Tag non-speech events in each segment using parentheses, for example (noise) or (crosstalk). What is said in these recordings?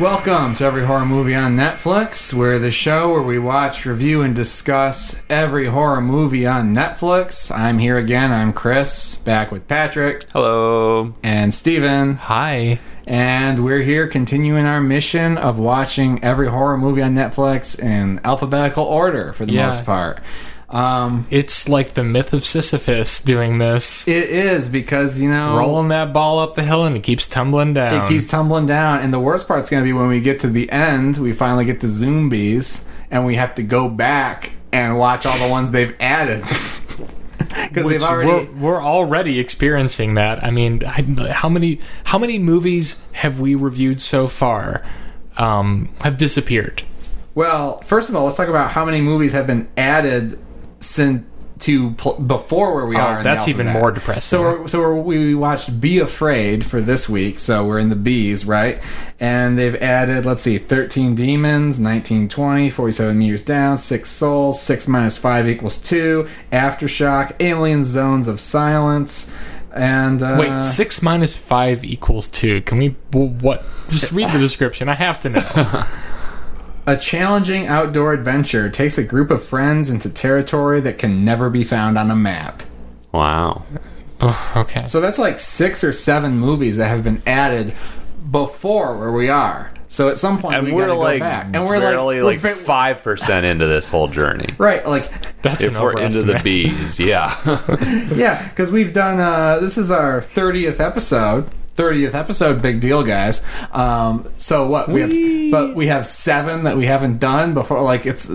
Welcome to Every Horror Movie on Netflix. We're the show where we watch, review, and discuss every horror movie on Netflix. I'm here again. I'm Chris, back with Patrick Hello. and Steven. Hi. And we're here continuing our mission of watching every horror movie on Netflix in alphabetical order for the Yeah. most part. Um, It's like the myth of Sisyphus doing this. it is because, you know, Rolling that ball up the hill and it keeps tumbling down. it keeps tumbling down. And the worst part's going to be when we get to the end, we finally get to Zombies, and we have to go back and watch all the ones they've (laughs) added. Because Which they've already. we're, we're already experiencing that. I mean, I, how many how many movies have we reviewed so far um, have disappeared? Well, first of all, let's talk about how many movies have been added since to pl- before where we Oh, are. in the that's even alphabet. more depressing. So, we're, so we're, we watched "Be Afraid" for this week. So we're in the B's, right? And they've added, let's see, thirteen demons, 1920, 47 meters down, six souls, six minus five equals two, aftershock, alien zones of silence, and uh, Wait, six minus five equals two. Can we w- what? Just read the description. I have to know. A challenging outdoor adventure takes a group of friends into territory that can never be found on a map. Wow. Oh, okay. So that's like six or seven movies that have been added before where we are. So at some point And we we're gotta like go back, and we're barely like, like we're- five percent into this whole journey. right, like That's If an we're into the overestimate. bees, yeah. (laughs) yeah, because we've done uh, this is our thirtieth episode. 30th episode big deal guys um so what we have but we have seven that we haven't done before like it's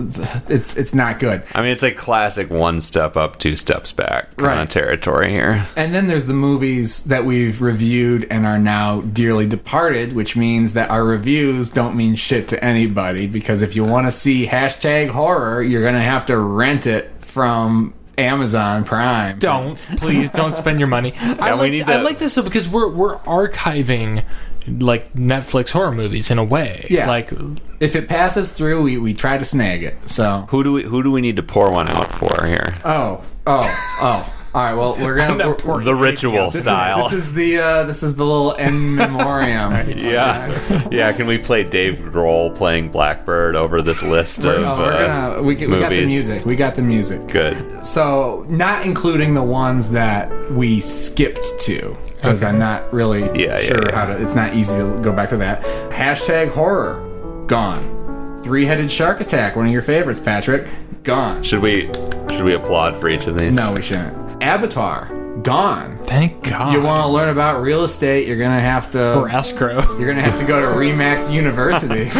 it's it's not good I mean, it's like classic one step up, two steps back kind Right. of territory here. And then there's the movies that we've reviewed and are now dearly departed, which means that our reviews don't mean shit to anybody because if you want to see hashtag horror, you're going to have to rent it from Amazon Prime. don't please don't spend your money. I, Yeah, we like, need I to- like this though because we're we're archiving like Netflix horror movies in a way. Yeah. Like If it passes through, we, we try to snag it. So, Who do we who do we need to pour one out for here? oh, oh, oh. All right, well, we're going not to. pouring The ritual This is, style. (laughs) this is the uh, this is the little end (laughs) memoriam. yeah, yeah. Can we play Dave Grohl playing Blackbird over this list We're- of oh, we're uh, gonna- we, we movies? got the music. We got the music. Good. So, not including the ones that we skipped to, because I'm not really Yeah, yeah, sure yeah. how to. It's not easy to go back to that. Hashtag horror, gone. Three headed shark attack, one of your favorites, Patrick, gone. Should we should we applaud for each of these? No, we shouldn't. Avatar, gone. thank God. You want to learn about real estate? You're gonna have or to. escrow. (laughs) You're gonna have to go to (laughs) Remax University.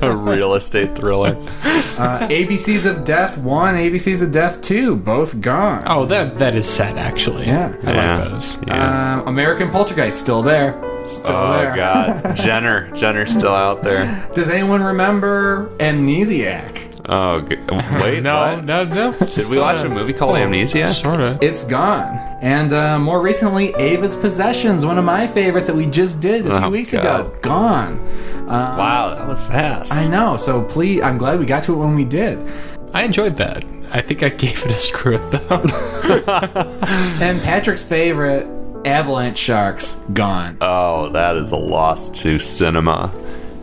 a real estate thriller. (laughs) Uh, ABCs of Death one, ABCs of Death two, both gone. Oh, that that is sad actually. Yeah. I yeah. like those. Yeah. Um, American Poltergeist still there. Still oh there. God, Jenner, Jenner's still out there. Does anyone remember Amnesiac? Oh g- wait, No, what? no, Oh, no. Did we (laughs) watch a movie called Amnesia? Sort of. It's gone. And uh, more recently, Ava's Possessions, one of my favorites that we just did a few Oh, weeks God. ago. Gone. Um, Wow, that was fast. I know. So please, I'm glad we got to it when we did. I enjoyed that. I think I gave it a screw though. (laughs) And Patrick's favorite, Avalanche Sharks, gone. Oh, that is a loss to cinema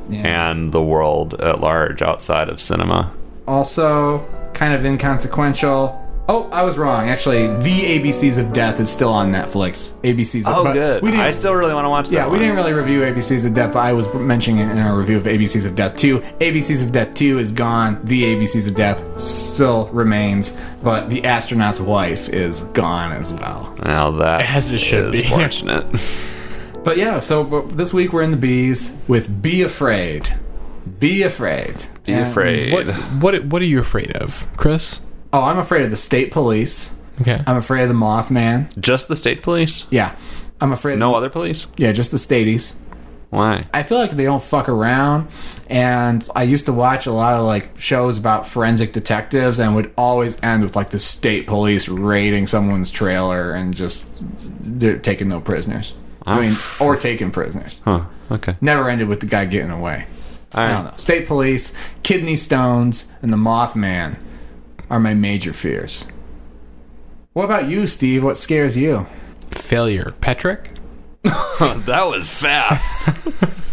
Yeah. and the world at large outside of cinema. Also, kind of inconsequential. Oh, I was wrong. Actually, The ABCs of Death is still on Netflix. ABCs of but We didn't, Oh, I still really want to watch that. Oh, Yeah, we one. didn't really review ABCs of Death, but I was mentioning it in our review of ABCs of Death 2. ABCs of Death 2 is gone. The ABCs of Death still remains, but the astronaut's wife is gone as well. Now that As it should is be. fortunate. But yeah, so but this week we're in the B's with Be Afraid. Be Afraid. Be afraid. what what what are you afraid of, Chris? Oh, I'm afraid of the state police. Okay. I'm afraid of the Mothman. Just the state police? Yeah. I'm afraid. No other police? Yeah, just the staties. Why? I feel like they don't fuck around. And I used to watch a lot of like shows about forensic detectives and would always end with like the state police raiding someone's trailer and just they're taking no prisoners. Ah. I mean, or taking prisoners. Huh. Okay. Never ended with the guy getting away. All I don't right. know. State police, kidney stones, and the Mothman are my major fears. What about you, Steve? What scares you? Failure. Patrick? that was fast. (laughs)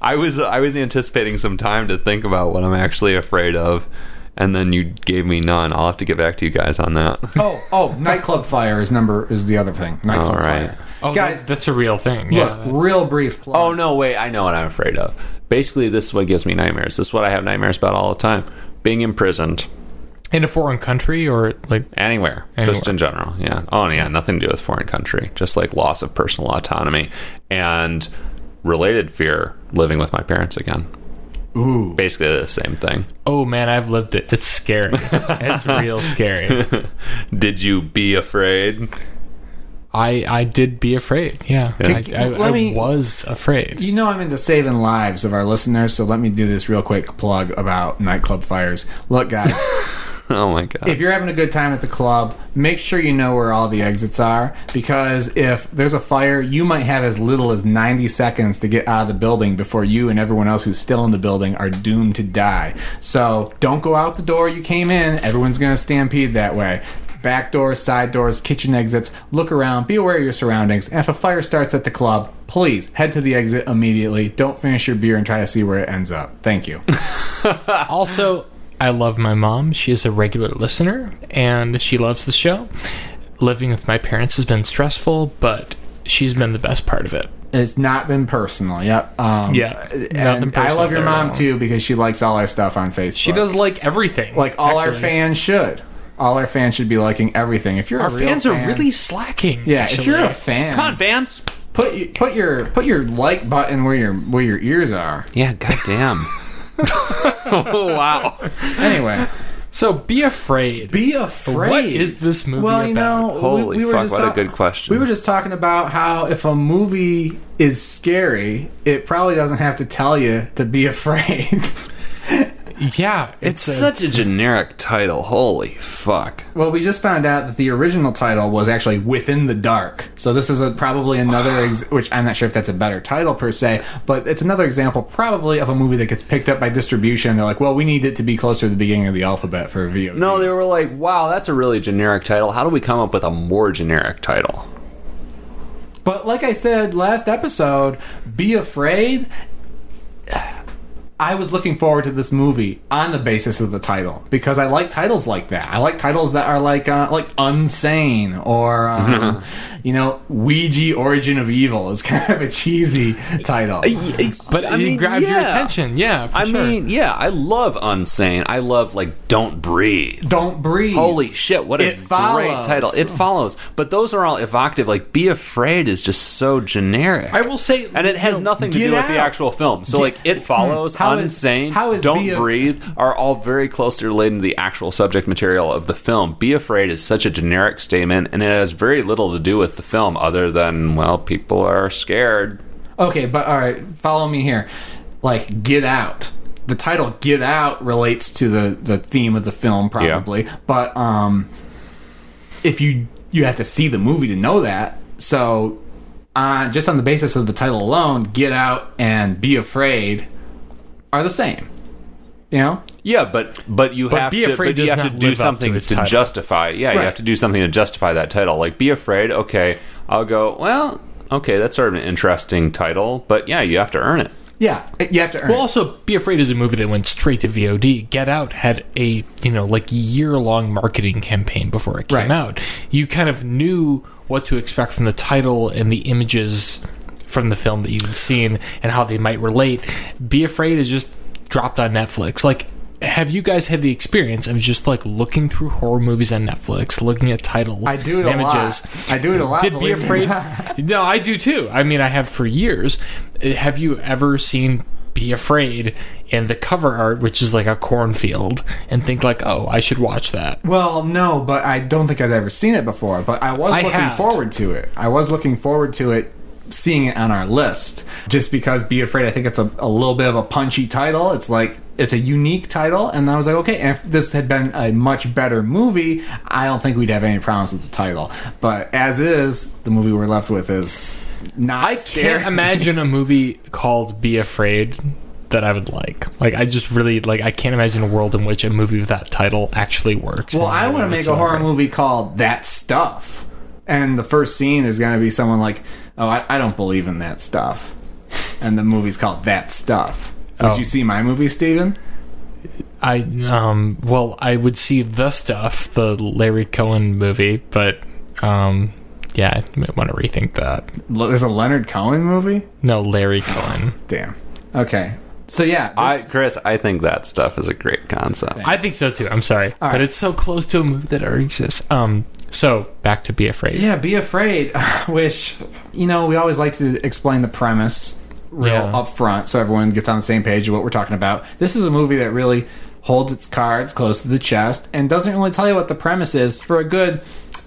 I was I was anticipating some time to think about what I'm actually afraid of, and then you gave me none. I'll have to get back to you guys on that. Oh, oh, nightclub fire is number is the other thing. Nightclub All right. fire. Oh, Guys, that- that's a real thing. Look, yeah. real brief plug. (laughs) Oh no, wait, I know what I'm afraid of. Basically, this is what gives me nightmares. This is what I have nightmares about all the time. Being imprisoned. In a foreign country or like Anywhere, just Anywhere. in general. Yeah. Oh, and yeah, nothing to do with foreign country. Just like loss of personal autonomy and related fear living with my parents again. Ooh. Basically the same thing. oh man, I've lived it. It's scary. (laughs) it's real scary. Did you be afraid? (laughs) I I did be afraid. Yeah. Can- I, I, let I me- was afraid. You know I'm into saving lives of our listeners, so let me do this real quick plug about nightclub fires. Look, guys, Oh my god. if you're having a good time at the club, make sure you know where all the exits are because if there's a fire, you might have as little as 90 seconds to get out of the building before you and everyone else who's still in the building are doomed to die. So don't go out the door you came in. Everyone's going to stampede that way. Back doors, side doors, kitchen exits. Look around, be aware of your surroundings. And if a fire starts at the club, please head to the exit immediately. Don't finish your beer and try to see where it ends up. Thank you. Also, I love my mom. She is a regular listener and she loves the show. Living with my parents has been stressful, but she's been the best part of it. (laughs) It's not been personal. Yep. Um, Yeah. And Nothing I personal love your there at mom all. too because she likes all our stuff on Facebook. She does like everything. Like all our actually. fans should. All our fans should be liking everything. If you're a Our real fans fan- are really slacking. yeah. If actually. you're a fan, fans. put you- put your put your like button where your where your ears are. Yeah, goddamn. oh, (laughs) wow. Anyway, So (laughs) be afraid. be afraid. What is this movie Well, you about? know, we- Holy we, were fuck, just what a talk- good question. We were just talking about how if a movie is scary, it probably doesn't have to tell you to be (laughs) afraid. yeah, It's such a generic title. Holy fuck. Well, we just found out that the original title was actually Within the Dark. So this is a, probably another, ex- which I'm not sure if that's a better title per se, but it's another example probably of a movie that gets picked up by distribution. They're like, well, we need it to be closer to the beginning of the alphabet for VOD. No, they were like, wow, that's a really generic title. How do we come up with a more generic title? But like I said last episode, be afraid. I was looking forward to this movie on the basis of the title because I like titles like that. I like titles that are like uh, like Unsane or um, you know Ouija Origin of Evil is kind of a cheesy title. but it grabs your attention. Yeah, for I sure. mean, yeah, I love Unsane. I love, like, Don't Breathe. Don't breathe. Holy shit, what a It great follows. title. It follows. But those are all evocative. Like, Be Afraid is just so generic. I will say, and it has you know, nothing to get do with the out. actual film. So, like, It Follows, How is- Unsane, how is Don't Be Af- Breathe are all very closely related to the actual subject material of the film. Be Afraid is such a generic statement, and it has very little to do with the film other than, well, people are scared. Okay, but all right, follow me here. Like Get Out. The title Get Out relates to the the theme of the film probably, but um if you you have to see the movie to know that. So uh, just on the basis of the title alone, Get Out and Be Afraid are the same. You know? Yeah, but but you have Be to Afraid but you does have to not do live up something to to, its title. justify. Yeah, you Right. have to do something to justify that title. Like be afraid. Okay, I'll go. Well, okay, that's sort of an interesting title, but yeah, you have to earn it. Yeah, you have to earn. Well, it. also, Be Afraid is a movie that went straight to VOD. Get Out had a you know like year long marketing campaign before it came Right. out. You kind of knew what to expect from the title and the images from the film that you've seen and how they might relate. Be Afraid is just dropped on Netflix. Like, have you guys had the experience of just like looking through horror movies on Netflix, looking at titles, I do it and a images? lot. I do it a lot. Did Be believe me. (laughs) Afraid? no, I do too. I mean, I have for years. Uh, Have you ever seen Be Afraid and the cover art, which is like a cornfield, and think like, oh, I should watch that? Well, no, but I don't think I've ever seen it before. But I was I looking have. forward to it. I was looking forward to it seeing it on our list just because Be Afraid. I think it's a, a little bit of a punchy title. It's like it's a unique title, and I was like, okay. And if this had been a much better movie, I don't think we'd have any problems with the title. But as is, the movie we're left with is not. I scary. can't imagine a movie called Be Afraid that I would like. Like I just really like I can't imagine a world in which a movie with that title actually works. Well, in I any want to way make a horror whatsoever. movie called That Stuff. And the first scene is going to be someone like, oh, I, I don't believe in that stuff. And the movie's called That Stuff. Would Oh. you see my movie, Steven? I um well I would see the stuff, the Larry Cohen movie, but um yeah, I might want to rethink that. L- There's a Leonard Cohen movie? No, Larry Cohen. Damn. Okay. So, yeah. I, this- Chris, I think that stuff is a great concept. I think so too. I'm sorry, All but right. it's so close to a movie that already exists. Um, so back to Be Afraid. yeah, Be Afraid, (laughs) which, you know, we always like to explain the premise real Yeah. up front so everyone gets on the same page of what we're talking about. This is a movie that really holds its cards close to the chest and doesn't really tell you what the premise is for a good,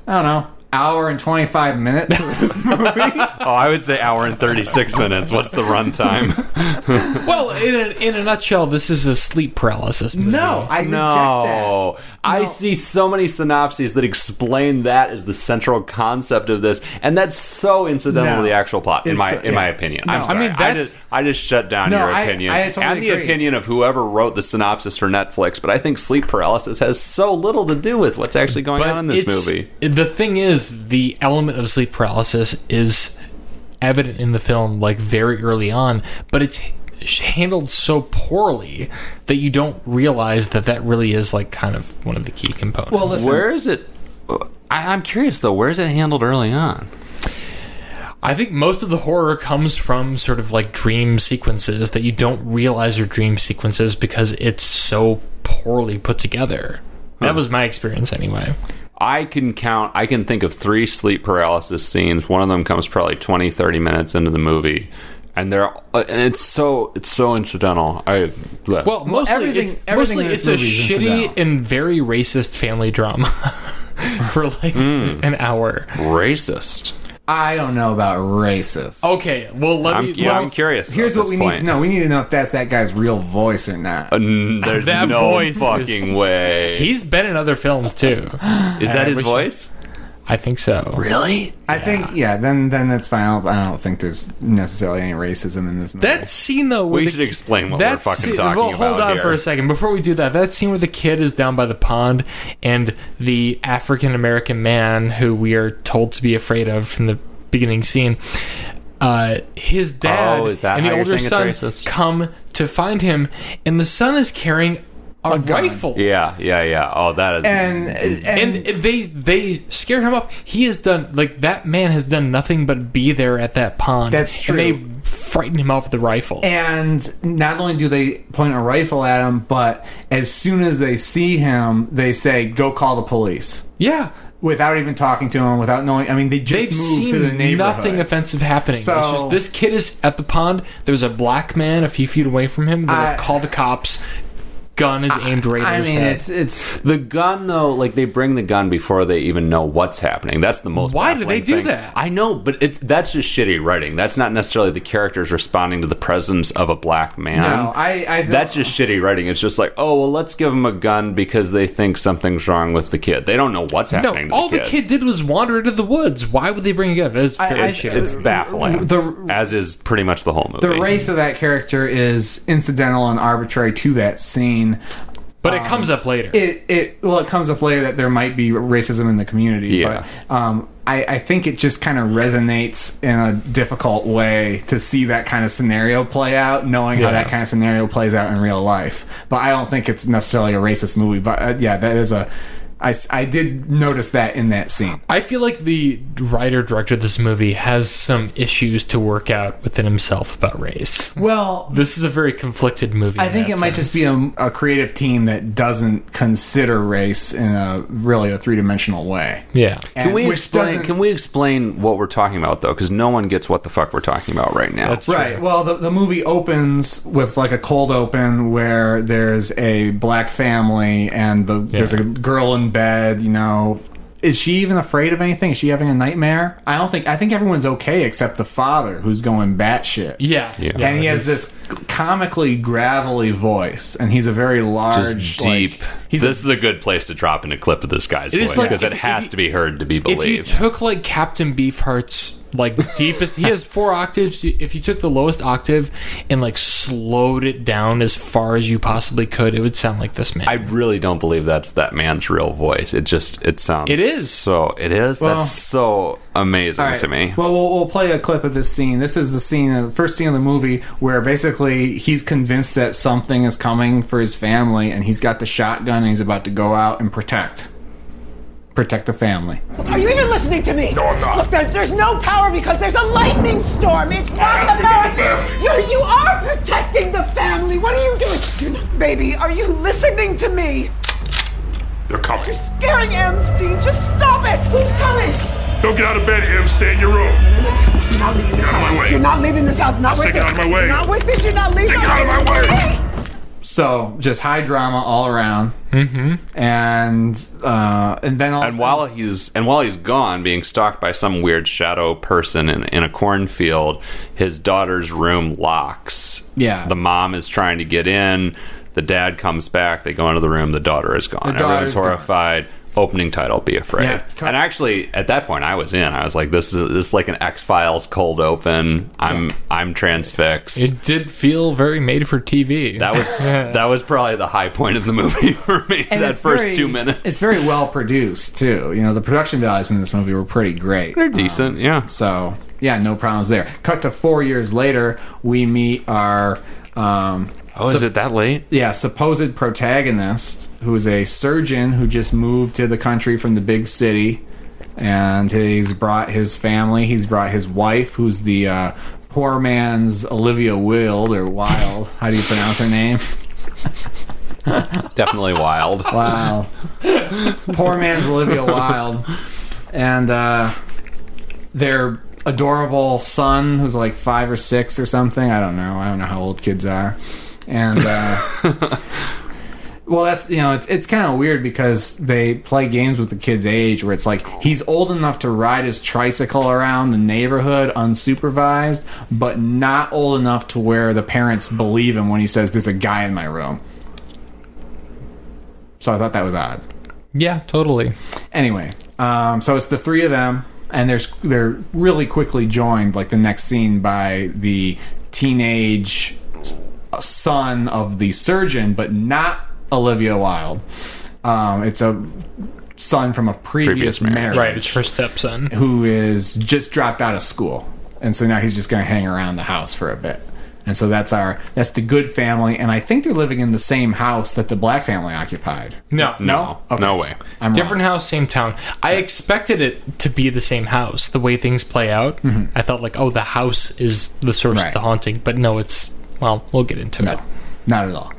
I don't know, hour and 25 minutes of (laughs) this movie. Oh, I would say hour and thirty six minutes. What's the runtime? Well, in a, in a nutshell, this is a sleep paralysis movie. no, I reject No. I No. see so many synopses that explain that as the central concept of this, and that's so incidental to No. the actual plot, in It's- my in yeah. my opinion. No. I'm I sorry. I mean, mean, I that's- just I just shut down No, your I- opinion I totally and the agree. opinion of whoever wrote the synopsis for Netflix. But I think sleep paralysis has so little to do with what's actually going on in this it's- movie. The thing is, the element of sleep paralysis is evident in the film, like very early on, but it's h- handled so poorly that you don't realize that that really is like kind of one of the key components. that. Well, listen, Where is it? I, I'm curious though. Where is it handled early on? I think most of the horror comes from sort of like dream sequences that you don't realize are dream sequences because it's so poorly put together. That was my experience anyway. I can count, I can think of three sleep paralysis scenes. One of them comes probably 20, 30 minutes into the movie. And they're, uh, and it's so, it's so incidental. I, Well, mostly everything- it's, everything mostly in it's this a movie is shitty incidental. and very racist family drama (laughs) for like an hour. racist. I don't know about racist. Okay, well let I'm, me. yeah, well, I'm curious. though, Here's Oh, what at this we point. need to know. We need to know if that's that guy's real voice or not. Uh, n- there's That no voice is- fucking way. He's been in other films too. is that his we should- voice? I think so. Really? I think, yeah, then then that's fine. I don't, I don't think there's necessarily any racism in this movie. That scene though, where We the- should explain what we're that fucking scene- talking well, about Hold on here. for a second before we do that. That scene where the kid is down by the pond and the African American man who we are told to be afraid of from the beginning scene. Uh, his dad Oh, is that and the how you're older saying it's son racist? come to find him, and the son is carrying a, gun. rifle. Yeah, yeah, yeah. Oh, that is. and and, And they they scare him off. He has done like that man has done nothing but be there at that pond. That's true. And they frighten him off with the rifle. and not only do they point a rifle at him, but as soon as they see him, they say, "Go call the police." yeah, Without even talking to him, without knowing. I mean, they just They've moved seen to the neighborhood. nothing offensive happening. So- it's just this kid is at the pond. There's a black man a few feet away from him. They I- like, call the cops. Gun is aimed right at I his mean, head. it's it's The gun, though, like they bring the gun before they even know what's happening. That's the most. Why do baffling they do thing. that? I know, but it's that's just shitty writing. That's not necessarily the characters responding to the presence of a black man. Um, no. I I that's just shitty writing. It's just like, oh well, let's give him a gun because they think something's wrong with the kid. They don't know what's no, happening. to all the the kid did was wander into the woods. Why would they bring a gun? That's very I- It's, shit. it's baffling. The- as is pretty much the whole movie. the race of that character is incidental and arbitrary to that scene. but it comes up later. It it well, it comes up later that there might be racism in the community. Yeah. But, um, I, I think it just kind of resonates in a difficult way to see that kind of scenario play out, knowing how Yeah. that kind of scenario plays out in real life. But I don't think it's necessarily a racist movie. But uh, yeah, that is a. I, s- I did notice that in that scene. I feel like the writer director of this movie has some issues to work out within himself about race. Well, This is a very conflicted movie. I think it might just be a, a creative team that doesn't consider race in a really a three dimensional way. yeah. Can And- we which explain? doesn't- Can we explain what we're talking about though? Because no one gets what the fuck we're talking about right now. That's Right. true. Well, the, the movie opens with like a cold open where there's a black family and the there's a girl in bed, you know, is she even afraid of anything? Is she having a nightmare? I don't think. I think everyone's okay except the father, who's going batshit. Yeah. Yeah. and he has this comically gravelly voice, and he's a very large, Just like- deep. he's this is a good place to drop in a clip of this guy's It is voice like- because if- it if has you- to be heard to be If you believed. took like Captain Beefheart's like deepest, he has four octaves. If you took the lowest octave and like slowed it down as far as you possibly could, it would sound like this man. I really don't believe that's that man's real voice. It just it sounds. It is. so. It is. Well- that's so amazing All right. to me. Well, well, we'll play a clip of this scene. This is the scene, the first scene of the movie, where basically he's convinced that something is coming for his family, and he's got the shotgun, and he's about to go out and protect, protect the family. Are you even listening to me? No, I'm not. Look, there, there's no power because there's a lightning storm. It's not am the power. protecting the family. You're, you are protecting the family. What are you doing? You're not, baby, are you listening to me? They're coming. You're scaring Amstein. Just stop it. Who's coming? Don't get out of bed, Em. Stay in your room. No, no, no. You're not leaving this Get out of my house. You're not leaving this house. Not way. Say, with "Get this. out of my way." Not with this. You're not leaving. Get out of my way. So just high drama all around, mm-hmm. and uh, and then all, and while he's and while he's gone, being stalked by some weird shadow person in, in a cornfield, his daughter's room locks. Yeah. the mom is trying to get in. The dad comes back. They go into the room. The daughter is gone. daughter's Everyone's horrified. Opening title: Be afraid. Yeah. And actually, at that point, I was in. I was like, "This is this is like an X Files cold open. I'm I'm transfixed." it did feel very made for TV. (laughs) That was that was probably the high point of the movie (laughs) for me. and that it's first very- two minutes, it's very well produced too. You know, the production values in this movie were pretty great. they're decent. yeah, So yeah, no problems there. Cut to four years later, we meet our um, Oh, is it that late? yeah supposed protagonist, who is a surgeon who just moved to the country from the big city, and he's brought his family. He's brought his wife, who's the uh, poor man's Olivia Wilde or Wilde. How do you pronounce her name? (laughs) Definitely wild. Wow. Poor man's Olivia Wilde. And uh, their adorable son, who's like five or six or something. I don't know. I don't know how old kids are. And. Uh, Well, that's you know, it's it's kind of weird because they play games with the kid's age where it's like he's old enough to ride his tricycle around the neighborhood unsupervised, but not old enough to where the parents believe him when he says there's a guy in my room. So I thought that was odd. yeah, totally. Anyway, um, so it's the three of them, and they're they're really quickly joined, like the next scene, by the teenage son of the surgeon, but not Olivia Wilde. Um, it's a son from a previous, Previous marriage. marriage, Right, it's her stepson. who is just dropped out of school, and so now he's just going to hang around the house for a bit. And so that's our that's the good family, and I think they're living in the same house that the black family occupied. No, No, Okay. no way. I'm wrong. different house, same town. I expected it to be the same house. The way things play out, I thought like, oh, the house is the source Right. of the haunting, but no, it's well, we'll get into it. No, not at all.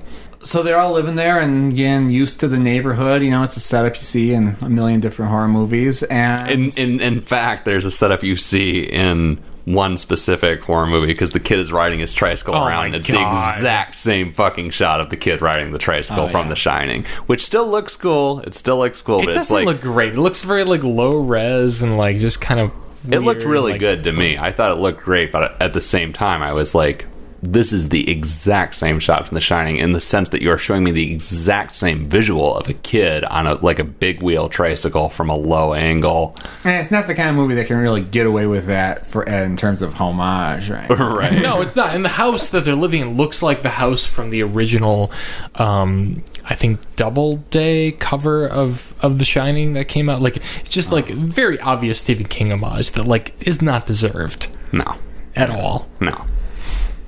So they're all living there and again used to the neighborhood. You know, it's a setup you see in a million different horror movies. And In in in fact, there's a setup you see in one specific horror movie because the kid is riding his tricycle Oh around. my and It's God. the exact same fucking shot of the kid riding the tricycle Oh, from yeah. The Shining, which still looks cool. It still looks cool, It but it's doesn't like look great. It looks very like low res and like just kind of. It looked weird, really like- good to me. I thought it looked great, but at the same time, I was like, this is the exact same shot from The Shining in the sense that you are showing me the exact same visual of a kid on a like a big wheel tricycle from a (laughs) low angle. And it's not the kind of movie that can really get away with that for in terms of homage, right? Right. No, it's not. And the house that they're living in looks like the house from the original, um, I think, Double Day cover of of The Shining that came out. Like, it's just like very obvious Stephen King homage that like is not deserved No. at all. No.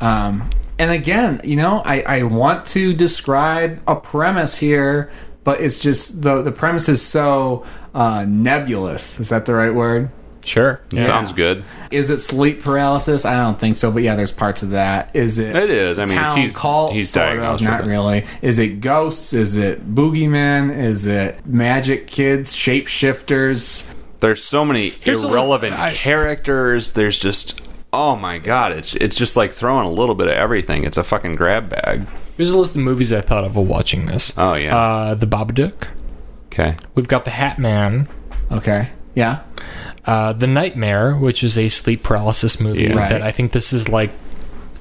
Um, and again, you know, I, I want to describe a premise here, but it's just the the premise is so uh, nebulous. Is that the right word? Sure. Yeah. Sounds good. Is it sleep paralysis? I don't think so, but yeah, there's parts of that. Is it? It is. I mean, it's- town he's cult, he's sort diagnosed of, with not it. really. Is it ghosts? Is it boogeymen? Is it magic kids, shapeshifters? There's so many a irrelevant list- I- characters. There's just oh my god, it's it's just like throwing a little bit of everything. It's a fucking grab bag. Here's a list of movies I Uh. Uh, thought of while watching this. Oh, yeah. Uh, the Babadook. Okay. We've got the Hat Man. Okay. Yeah. Uh, the Nightmare, which is a sleep paralysis movie Yeah. Right. that I think this is like,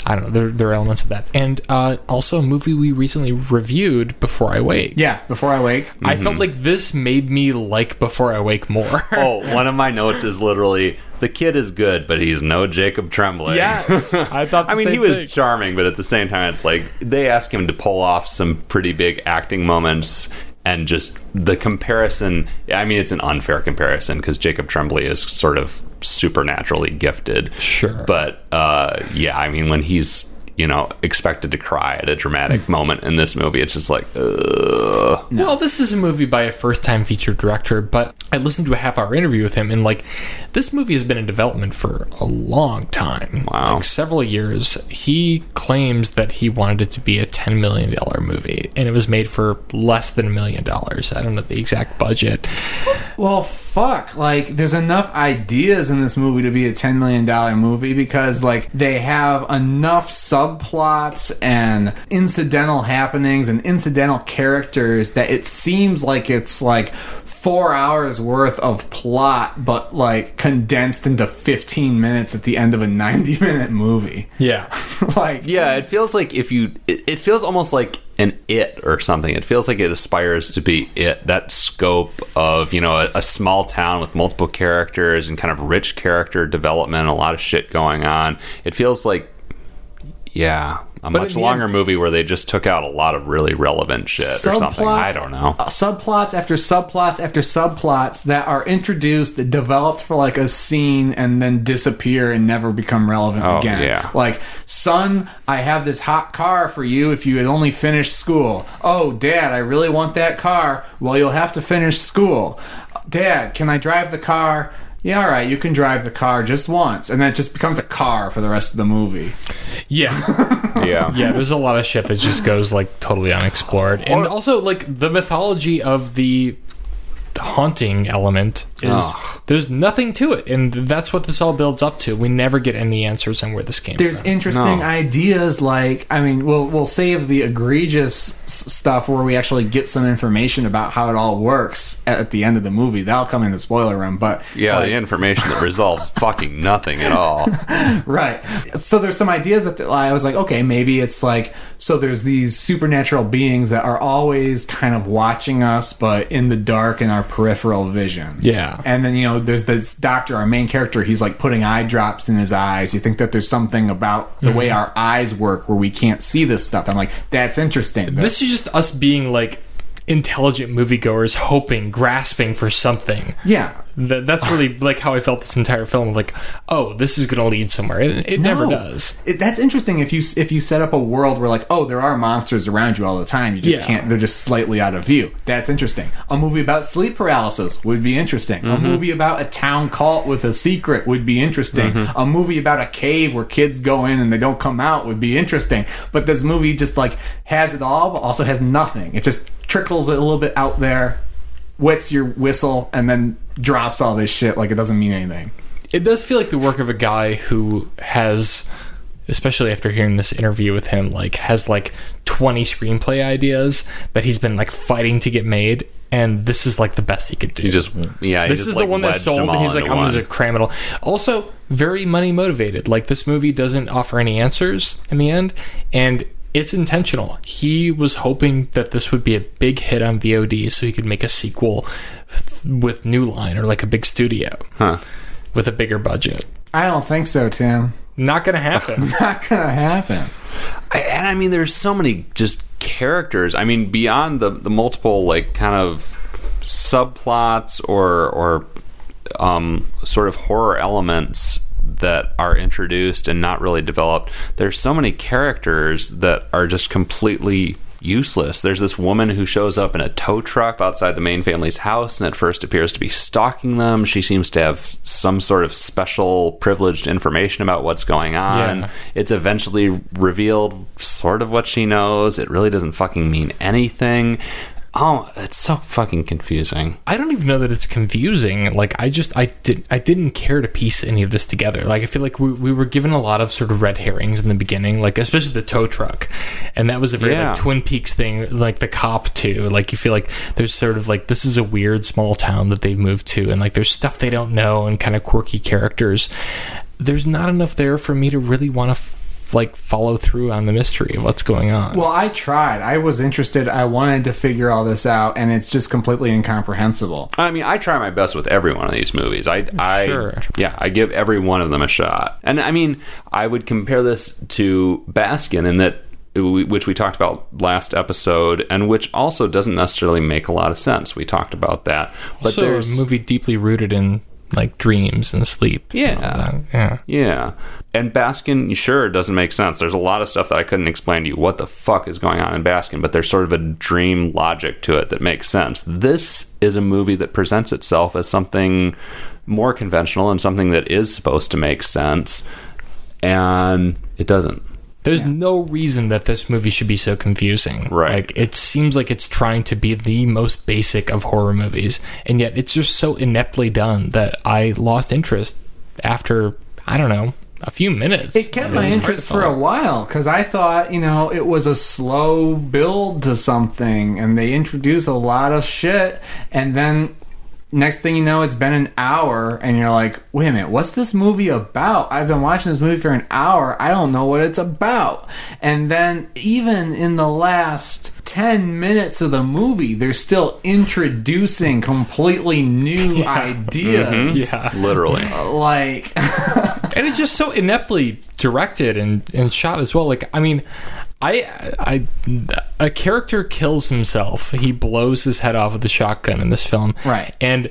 I don't know, there, there are elements of that. And uh, also a movie we recently reviewed, Before I Wake. Yeah. Before I wake. I felt like this made me like Before I Wake more. Mm-hmm. Oh, one of my notes is literally the kid is good, but he's no Jacob Tremblay. Yes, (laughs) I thought. The I mean, same he was thing. charming, but at the same time, it's like they ask him to pull off some pretty big acting moments, and just the comparison. I mean, it's an unfair comparison because Jacob Tremblay is sort of supernaturally gifted. Sure. but uh, yeah, I mean, when he's you know expected to cry at a dramatic moment in this movie, it's just like, ugh. Well, this is a movie by a first-time feature director, but I listened to a half-hour interview with him, and like, this movie has been in development for a long time, Wow. like several years. He claims that he wanted it to be a ten million dollar movie, and it was made for less than a million dollars. I don't know the exact budget. Well, fuck. Like, there's enough ideas in this movie to be a $10 million movie because, like, they have enough subplots and incidental happenings and incidental characters that it seems like it's, like, four hours worth of plot, but, like, condensed into 15 minutes at the end of a 90 minute movie. (laughs) Yeah, like, Yeah, it feels like if you, it, it feels almost like an it or something. It feels like it aspires to be it. That scope of you know a, a small town with multiple characters and kind of rich character development, a lot of shit going on. It feels like, yeah, a much in the longer end- movie where they just took out a lot of really relevant shit or something. I (laughs) don't know. uh, subplots after subplots after subplots that are introduced, that developed for like a scene, and then disappear and never become relevant Oh, again. yeah. Like, son, I have this hot car for you if you had only finished school. Oh, dad, I really want that car. Well, you'll have to finish school. Dad, can I drive the car? Yeah, all right, you can drive the car just once, and that just becomes a car for the rest of the movie. (laughs) yeah, Yeah, yeah. There's a lot of shit that just goes like totally unexplored, and also like the mythology of the haunting element is there's nothing to it and that's what this all builds up to we never get any answers on where this came there's from interesting No. ideas like i mean we'll we'll save the egregious s- stuff where we actually get some information about how it all works at, at the end of the movie that'll come in the spoiler room but yeah. like, The information (laughs) that resolves fucking nothing at all. right so there's some ideas that that i was like okay maybe it's like so there's these supernatural beings that are always kind of watching us but in the dark in our peripheral vision Yeah. and then you know there's this doctor our main character he's like putting eye drops in his eyes you think that there's something about the Mm-hmm. way our eyes work where we can't see this stuff i'm like that's interesting This is just us being like intelligent moviegoers, hoping, grasping for something. yeah That, that's really like how I felt this entire film. Like, oh, this is gonna lead somewhere. It, it never No. does. Oh. It- that's interesting if you if you set up a world where like oh there are monsters around you all the time you just Yeah. can't they're just slightly out of view that's interesting a movie about sleep paralysis would be interesting a Mm-hmm. movie about a town cult with a secret would be interesting Mm-hmm. a movie about a cave where kids go in and they don't come out would be interesting but this movie just like has it all but also has nothing it just trickles it a little bit out there wets your whistle and then drops all this shit like it doesn't mean anything It does feel like the work of a guy who has, especially after hearing this interview with him, like has like twenty screenplay ideas that he's been like fighting to get made, and this is like the best he could do. He just yeah. He this just, is like, the one that wedged sold, them and all he's like, into I'm one. going to cram it all. Also, very money motivated. Like, this movie doesn't offer any answers in the end, and it's intentional. He was hoping that this would be a big hit on VOD so he could make a sequel th- with New Line or like a big studio with a bigger budget. i don't think so tim (laughs) Not going to happen. not gonna happen I, and I mean, there's so many just characters. I mean, beyond the the multiple like kind of subplots or or um, sort of horror elements that are introduced and not really developed. There's so many characters that are just completely useless. There's this woman who shows up in a tow truck outside the main family's house and at first appears to be stalking them. She seems to have some sort of special privileged information about what's going on. Yeah. It's eventually revealed sort of what she knows. It really doesn't fucking mean anything. Oh, it's so fucking confusing. (laughs) I don't even know that it's confusing. Like I just I did I didn't care to piece any of this together. Like I feel like we, we were given a lot of sort of red herrings in the beginning, like especially the tow truck, and that was a very Yeah. like Twin Peaks thing. Like the cop too. Like you feel like there's sort of like this is a weird small town that they've moved to, and like there's stuff they don't know and kind of quirky characters. There's not enough there for me to really want to f- like follow through on the mystery of what's going on. Well, I tried. I was interested. I wanted to figure all this out, and it's just completely incomprehensible. I mean, I try my best with every one of these movies. I, I, Sure. yeah, I give every one of them a shot. And I mean, I would compare this to Baskin in that, which we talked about last episode, and which also doesn't necessarily make a lot of sense. We talked about that, but also there's a movie deeply rooted in like dreams and sleep. and Yeah. all that. yeah. Yeah. And Baskin, sure, doesn't make sense. There's a lot of stuff that I couldn't explain to you. What the fuck is going on in Baskin? But there's sort of a dream logic to it that makes sense. This is a movie that presents itself as something more conventional and something that is supposed to make sense. And it doesn't. There's no reason that this movie should be so confusing. Right. Like it seems like it's trying to be the most basic of horror movies, and yet it's just so ineptly done that I lost interest after I don't know a few minutes. It kept my was interest for a hurtful. while because I thought, you know, it was a slow build to something, and they introduce a lot of shit, and then next thing you know, it's been an hour, and you're like, wait a minute, what's this movie about? I've been watching this movie for an hour, I don't know what it's about. And then, even in the last 10 minutes of the movie, they're still introducing completely new ideas. Yeah. Literally. Like, (laughs) and it's just so ineptly directed and, and shot as well. Like I mean, I I a character kills himself. He blows his head off with a shotgun in this film, Right. And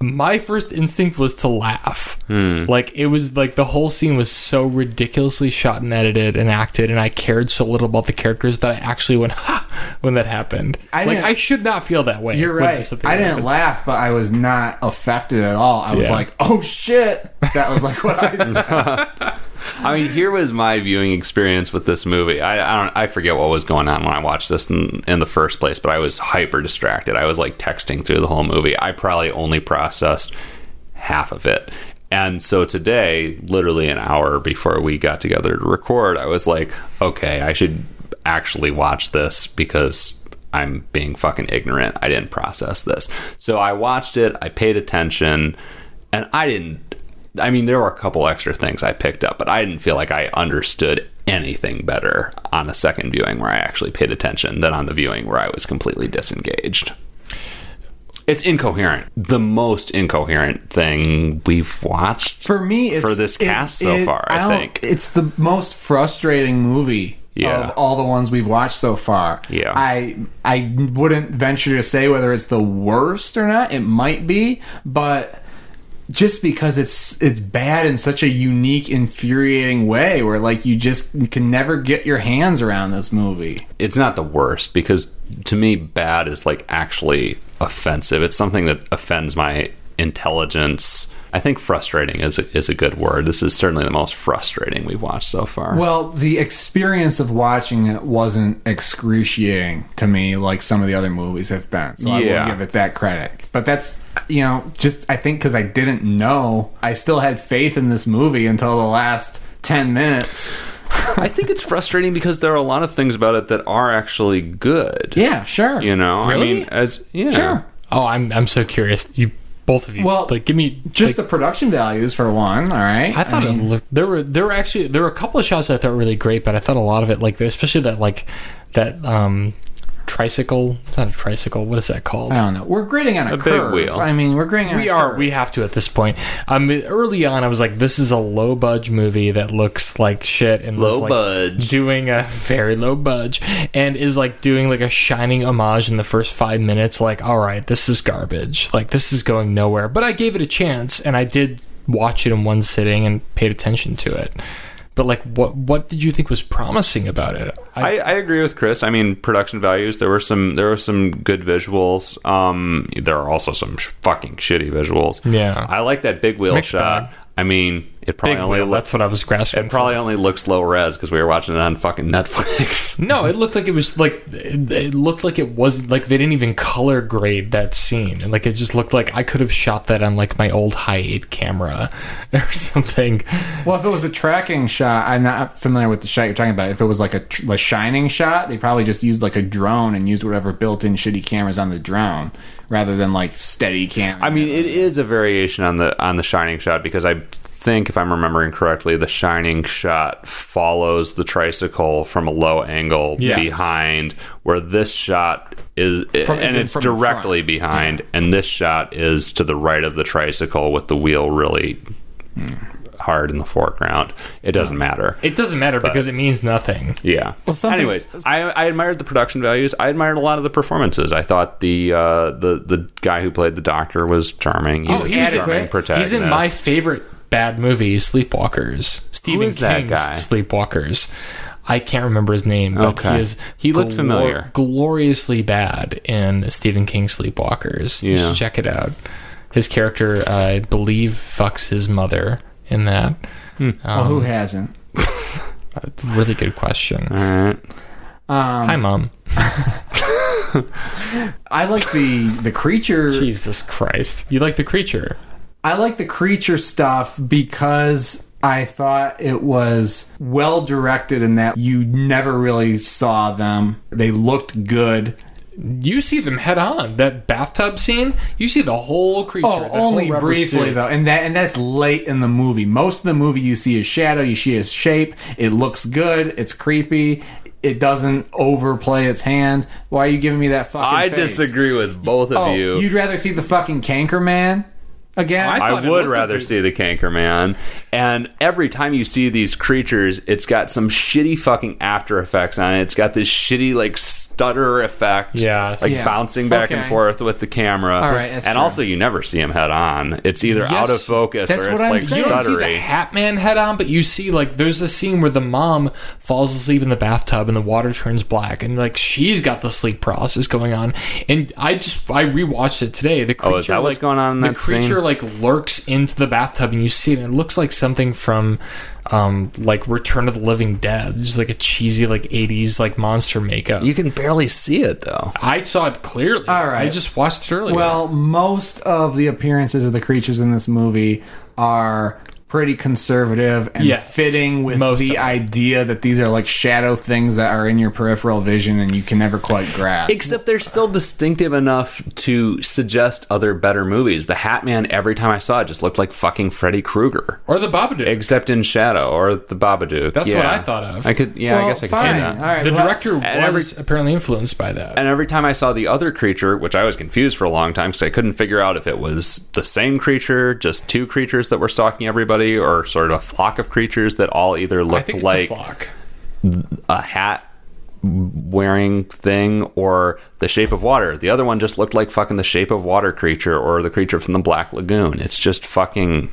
my first instinct was to laugh. Like it was like the whole scene was so ridiculously shot and edited and acted, and I cared so little about the characters that I actually went ha when that happened. I like didn't- I should not feel that way. You're when right. something I didn't happens. laugh, but I was not affected at all. I was Yeah. like, "Oh shit!" That was like what I said. I mean, here was my viewing experience with this movie. I, I don't, I forget what was going on when I watched this in, in the first place, but I was hyper distracted. I was like texting through the whole movie. I probably only processed half of it. And so today, literally an hour before we got together to record, I was like, okay, I should actually watch this because I'm being fucking ignorant. I didn't process this. So I watched it, I paid attention, and I didn't I mean, there were a couple extra things I picked up, but I didn't feel like I understood anything better on a second viewing where I actually paid attention than on the viewing where I was completely disengaged. It's incoherent. The most incoherent thing we've watched. (laughs) For me, it's, For this cast so far, I don't- think. it's the most frustrating movie Yeah. of all the ones we've watched so far. Yeah. I I wouldn't venture to say whether it's the worst or not. It might be, but just because it's it's bad in such a unique, infuriating way, where like you just can never get your hands around this movie. it's not the worst because to me bad is like actually offensive it's something that offends my intelligence i think frustrating is a, is a good word this is certainly the most frustrating we've watched so far Well, the experience of watching it wasn't excruciating to me like some of the other movies have been. So I Yeah. won't give it that credit. But that's, you know, just I think because I didn't know, I still had faith in this movie until the last 10 minutes. I think it's frustrating because there are a lot of things about it that are actually good. Yeah, sure. You know, I Really? mean, as yeah, Sure. Oh, I'm I'm so curious. You both of you. Well, like give me Just the production values for one, all right? I thought it looked there were there were actually there were a couple of shots that I thought were really great, but I thought a lot of it like especially that like that um tricycle it's not a tricycle, what is that called? I don't know. We're grading on a, big curve. wheel. I mean, we're grading on we a are curve. we have to at this point. Um early on I was like, this is a low budge movie that looks like shit and was, Low like, budge. doing a (laughs) very low budge and is like doing like a shining homage in the first five minutes like all right this is garbage like this is going nowhere but i gave it a chance and i did watch it in one sitting and paid attention to it but like what what did you think was promising about it I, I agree with Chris. I mean, production values. There were some. There were some good visuals. Um, there are also some sh- fucking shitty visuals. Yeah. I like that big wheel Mixed shot. bag. I mean, It probably Big only wheel. looks That's what I was grasping. it probably only looks low res because we were watching it on fucking Netflix. (laughs) for. No, it looked like it was like it it looked like it wasn't like they didn't even color grade that scene, and like it just looked like I could have shot that on like my old high eight camera (laughs) or something. Well, if it was a tracking shot, I'm not familiar with the shot you're talking about. If it was like a tr- like shining shot, they probably just used like a drone and used whatever built-in shitty cameras on the drone rather than like steady cam. I mean, it is a variation on the on the Shining shot because I think if I'm remembering correctly, the Shining shot follows the tricycle from a low angle Yes. behind, where this shot is, From- is and it it's from the front? directly behind, and this shot is to the right of the tricycle with the wheel really. Hmm. Hard in the foreground. It doesn't matter. It doesn't matter because it means nothing. Yeah. something- Anyways, I, I admired the production values. I admired a lot of the performances. I thought the uh, the the guy who played the doctor was charming. Oh, Oh, He was a charming protagonist. He's in my favorite bad movie, Sleepwalkers. Stephen is that King's guy? Sleepwalkers. I can't remember his name, but Okay. he is He looked familiar. Gloriously bad in Stephen King's Sleepwalkers. You Yeah. should check it out. His character, I believe, fucks his mother in that. well, Um, who hasn't? Really good question. All right. Um, Hi, mom. I like the the (laughs) creature. Jesus Christ! You like the creature? I like the creature stuff because I thought it was well directed in that you never really saw them. They looked good. You see them head on. That bathtub scene. You see the whole creature. Oh, that whole only rubber briefly suit. though, and that and that's late in the movie. Most of the movie, you see his shadow, you see his shape. It looks good. It's creepy. It doesn't overplay its hand. Why are you giving me that fucking? I face? disagree with both of Oh, you. would rather see the fucking canker man again? I- thought I it would looked rather like- see the canker man. And every time you see these creatures, it's got some shitty fucking after effects on it. It's got this shitty like stutter effect. Yes. Like Yeah. bouncing back and Okay. forth with the camera. All right, that's and true. also you never see him head on. It's either out of focus that's or it's what I'm like saying. you don't see the stuttery. hat man head on, but you see like there's a scene where the mom falls asleep in the bathtub and the water turns black, and like she's got the sleep process going on. And I just I rewatched it today. The creature, Oh, is that what's like, going on in the that creature scene? like lurks into the bathtub, and you see it, and it looks like something from um like Return of the Living Dead, just like a cheesy like '80s like monster makeup. can barely see it though. I saw it clearly. All right. I just watched it earlier. Well, most of the appearances of the creatures in this movie are pretty conservative and Yes. fitting with Most of the them. idea that these are like shadow things that are in your peripheral vision and you can never quite grasp. Except they're still distinctive enough to suggest other better movies. The Hat Man, every time I saw it, just looked like fucking Freddy Krueger. or the Babadook. Except in Shadow or the Babadook. That's yeah. what I thought of. I could, yeah, Well, I guess I could fine. see that. All right, the well- director was And every- apparently influenced by that. And every time I saw the other creature, which I was confused for a long time because I couldn't figure out if it was the same creature, just two creatures that were stalking everybody, or sort of a flock of creatures that all either I looked think like it's a flock. a hat wearing thing or the shape of water. The other one just looked like fucking the shape of water creature or the creature from the Black Lagoon. It's just fucking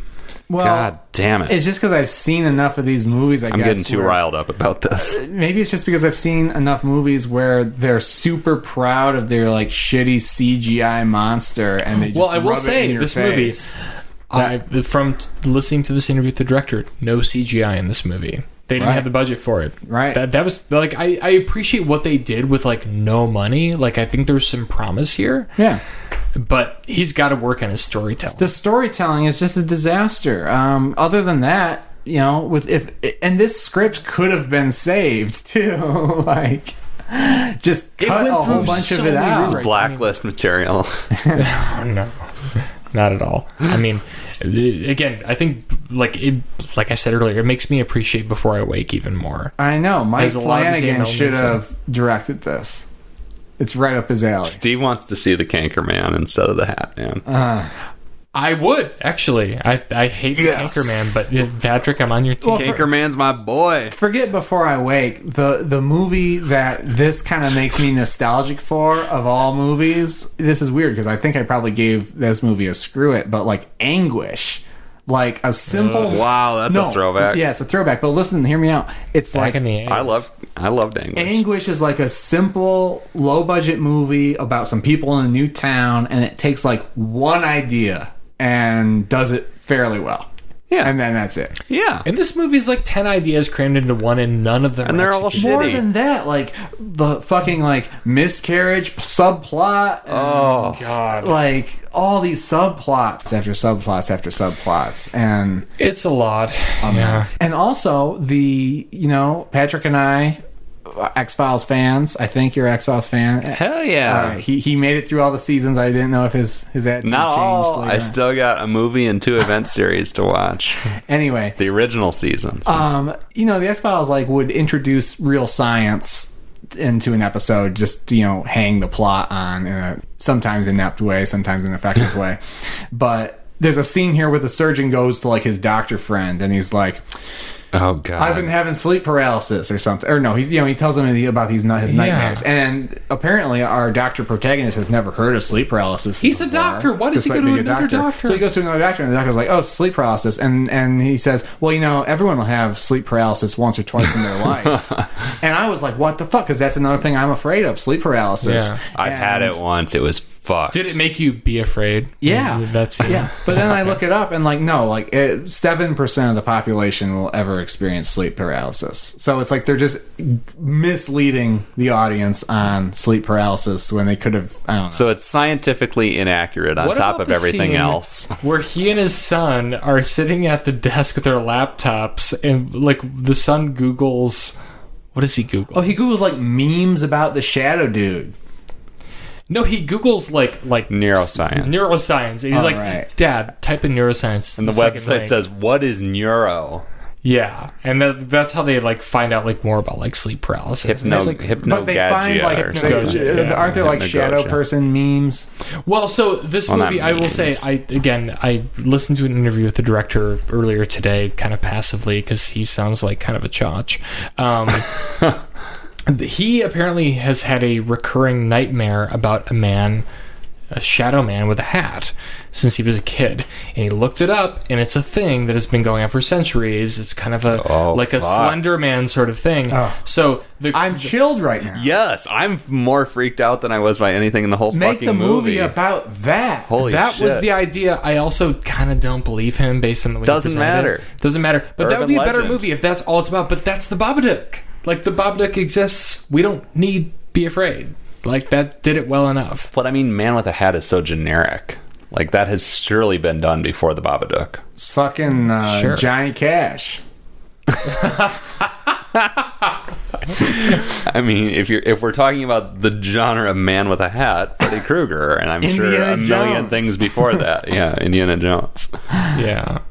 well, God damn it. It's just because I've seen enough of these movies. I I'm guess getting too where- riled up about this. Maybe it's just because I've seen enough movies where they're super proud of their like shitty CGI monster, and they just Well, I will rub it in say your this face. movie, I, from t- listening to this interview with the director, no CGI in this movie. They didn't Right. have the budget for it. Right. That that was like I, I appreciate what they did with like no money. Like I think there's some promise here, yeah. but he's got to work on his storytelling. the storytelling is just a disaster. Um, other than that, you know, with if and this script could have been saved (laughs) too, like just cut a went whole through bunch so of it many out. reasons. Blacklist material. no, (laughs) not at all. I mean, again, I think like it, like I said earlier, it makes me appreciate Before I Wake even more. I know Mike There's a lot of the same Flanagan should elements have directed this. It's right up his alley. Steve wants to see the canker man instead of the hat man. Uh, I would actually. I I hate Yes. the Anchorman, but uh, Patrick, I'm on your team. canker man's my boy. Forget Before I Wake, the the movie that this kind of makes me nostalgic for of all movies. This is weird because I think I probably gave this movie a screw it, but like anguish. Like a simple Wow, that's a throwback. Yeah, it's a throwback. But listen, hear me out. It's Back like in the 80s. I love I loved English. Anguish is like a simple, low budget movie about some people in a new town, and it takes like one idea and does it fairly well. Yeah. and then that's it. yeah. And this movie is like 10 ideas crammed into one, and none of them And are they're all executed. More Shitty. than that, like the fucking like miscarriage p- subplot. Oh. God! Like all these subplots after subplots after subplots, and It's a lot. Um, yeah. and also the you know Patrick and I. X Files fans, I think you're X Files fan. Hell yeah. Uh, he he made it through all the seasons. I didn't know if his his attitude Um, Not changed. all. later I on. still got a movie and two (laughs) event series to watch. anyway. The original seasons. um, you know, the X Files like would introduce real science into an episode, just you know, hang the plot on in a sometimes inept way, sometimes an (laughs) effective way. But there's a scene here where the surgeon goes to like his doctor friend, and he's like, oh god. "I've been having sleep paralysis or something," or no, he's you know, he tells him about his ni- his nightmares, and apparently our doctor protagonist has never heard of sleep paralysis. He's a before, doctor. Why does he despite go to being a another doctor? So he goes to another doctor, and the doctor's like, "Oh, sleep paralysis," and and he says, "Well, you know, everyone will have sleep paralysis once or twice in (laughs) their life." and I was like, "What the fuck?" Because that's another thing I'm afraid of: sleep paralysis. Yeah. I had And- it once. It was fucked. Did it make you be afraid? Yeah, That's yeah. But then I look it up, and like, no, like seven percent of the population will ever experience sleep paralysis. So it's like they're just misleading the audience on sleep paralysis when they could have. I don't know. so it's scientifically inaccurate on What top about of the everything (laughs) scene else. Where he and his son are sitting at the desk with their laptops, and like the son Googles. What does he Google? oh, he googles like memes about the shadow dude. No, he Googles like like Oh, Neuroscience. neuroscience. And he's All like, right. Dad, type in neuroscience. and the second website rank." says, "What is neuro?" yeah, and that, that's how they like find out like more about like sleep paralysis. And No, it's like, But they find hypnogagia. like or they- something. uh, Yeah, aren't there like shadow hypnagogia. person memes? Well, so this Well, not movie, I will memes. say, I again, I listened to an interview with the director earlier today, kind of passively, because he sounds like kind of a chotch. (laughs) Um, he apparently has had a recurring nightmare about a man, a shadow man with a hat, since he was a kid, and he looked it up, and it's a thing that has been going on for centuries. It's kind of a Oh, like a fuck. slender man sort of thing. So the I'm chilled right now. Yes, I'm more freaked out than I was by anything in the whole Make fucking the movie, movie. about that. Holy that shit. was the idea. I also kind of don't believe him based on the way Doesn't he presented matter. It. Doesn't matter. But that would Urban be a better legend. movie if that's all it's about. But that's the Babadook. Like the Babadook exists. We don't need be afraid. Like that did it well enough. But I mean, man with a hat is so generic. Like that has surely been done before the Babadook. It's fucking uh, Sure. Johnny Cash. I mean, if you're if we're talking about the genre of man with a hat, Freddy Krueger, and I'm sure Indiana a million Jones. things (laughs) before that. Yeah, Indiana Jones. Yeah.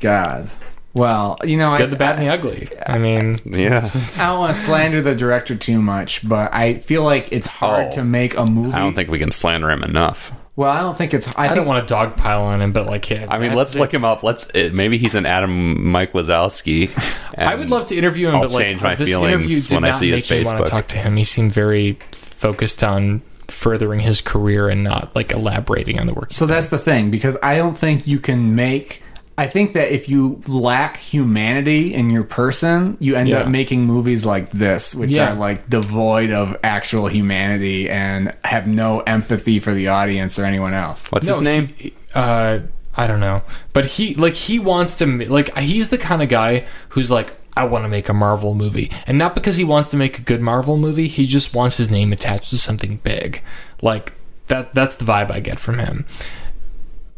God. Well, you know, I, good, the bad, and the ugly. I mean, Yeah, I don't want to slander the director too much, but I feel like it's hard Oh. to make a movie. I don't think we can slander him enough. Well, I don't think it's. I, I think don't want to dogpile on him, but like, yeah, I mean, that- let's look him up. Let's eh, maybe he's an Adam Mike Wazowski. and- I would love to interview him, I'll but like change my this feelings interview did when I not see make his me want to Facebook. talk to him. He seemed very focused on furthering his career and not like elaborating on the work. So that's the thing because I don't think you can make. I think that if you lack humanity in your person, you end Yeah. up making movies like this, which Yeah. are like devoid of actual humanity and have no empathy for the audience or anyone else. What's his No, name? uh I don't know. But he like he wants to ma- like he's the kind of guy who's like I want to make a Marvel movie. And not because he wants to make a good Marvel movie, he just wants his name attached to something big. Like that that's the vibe I get from him.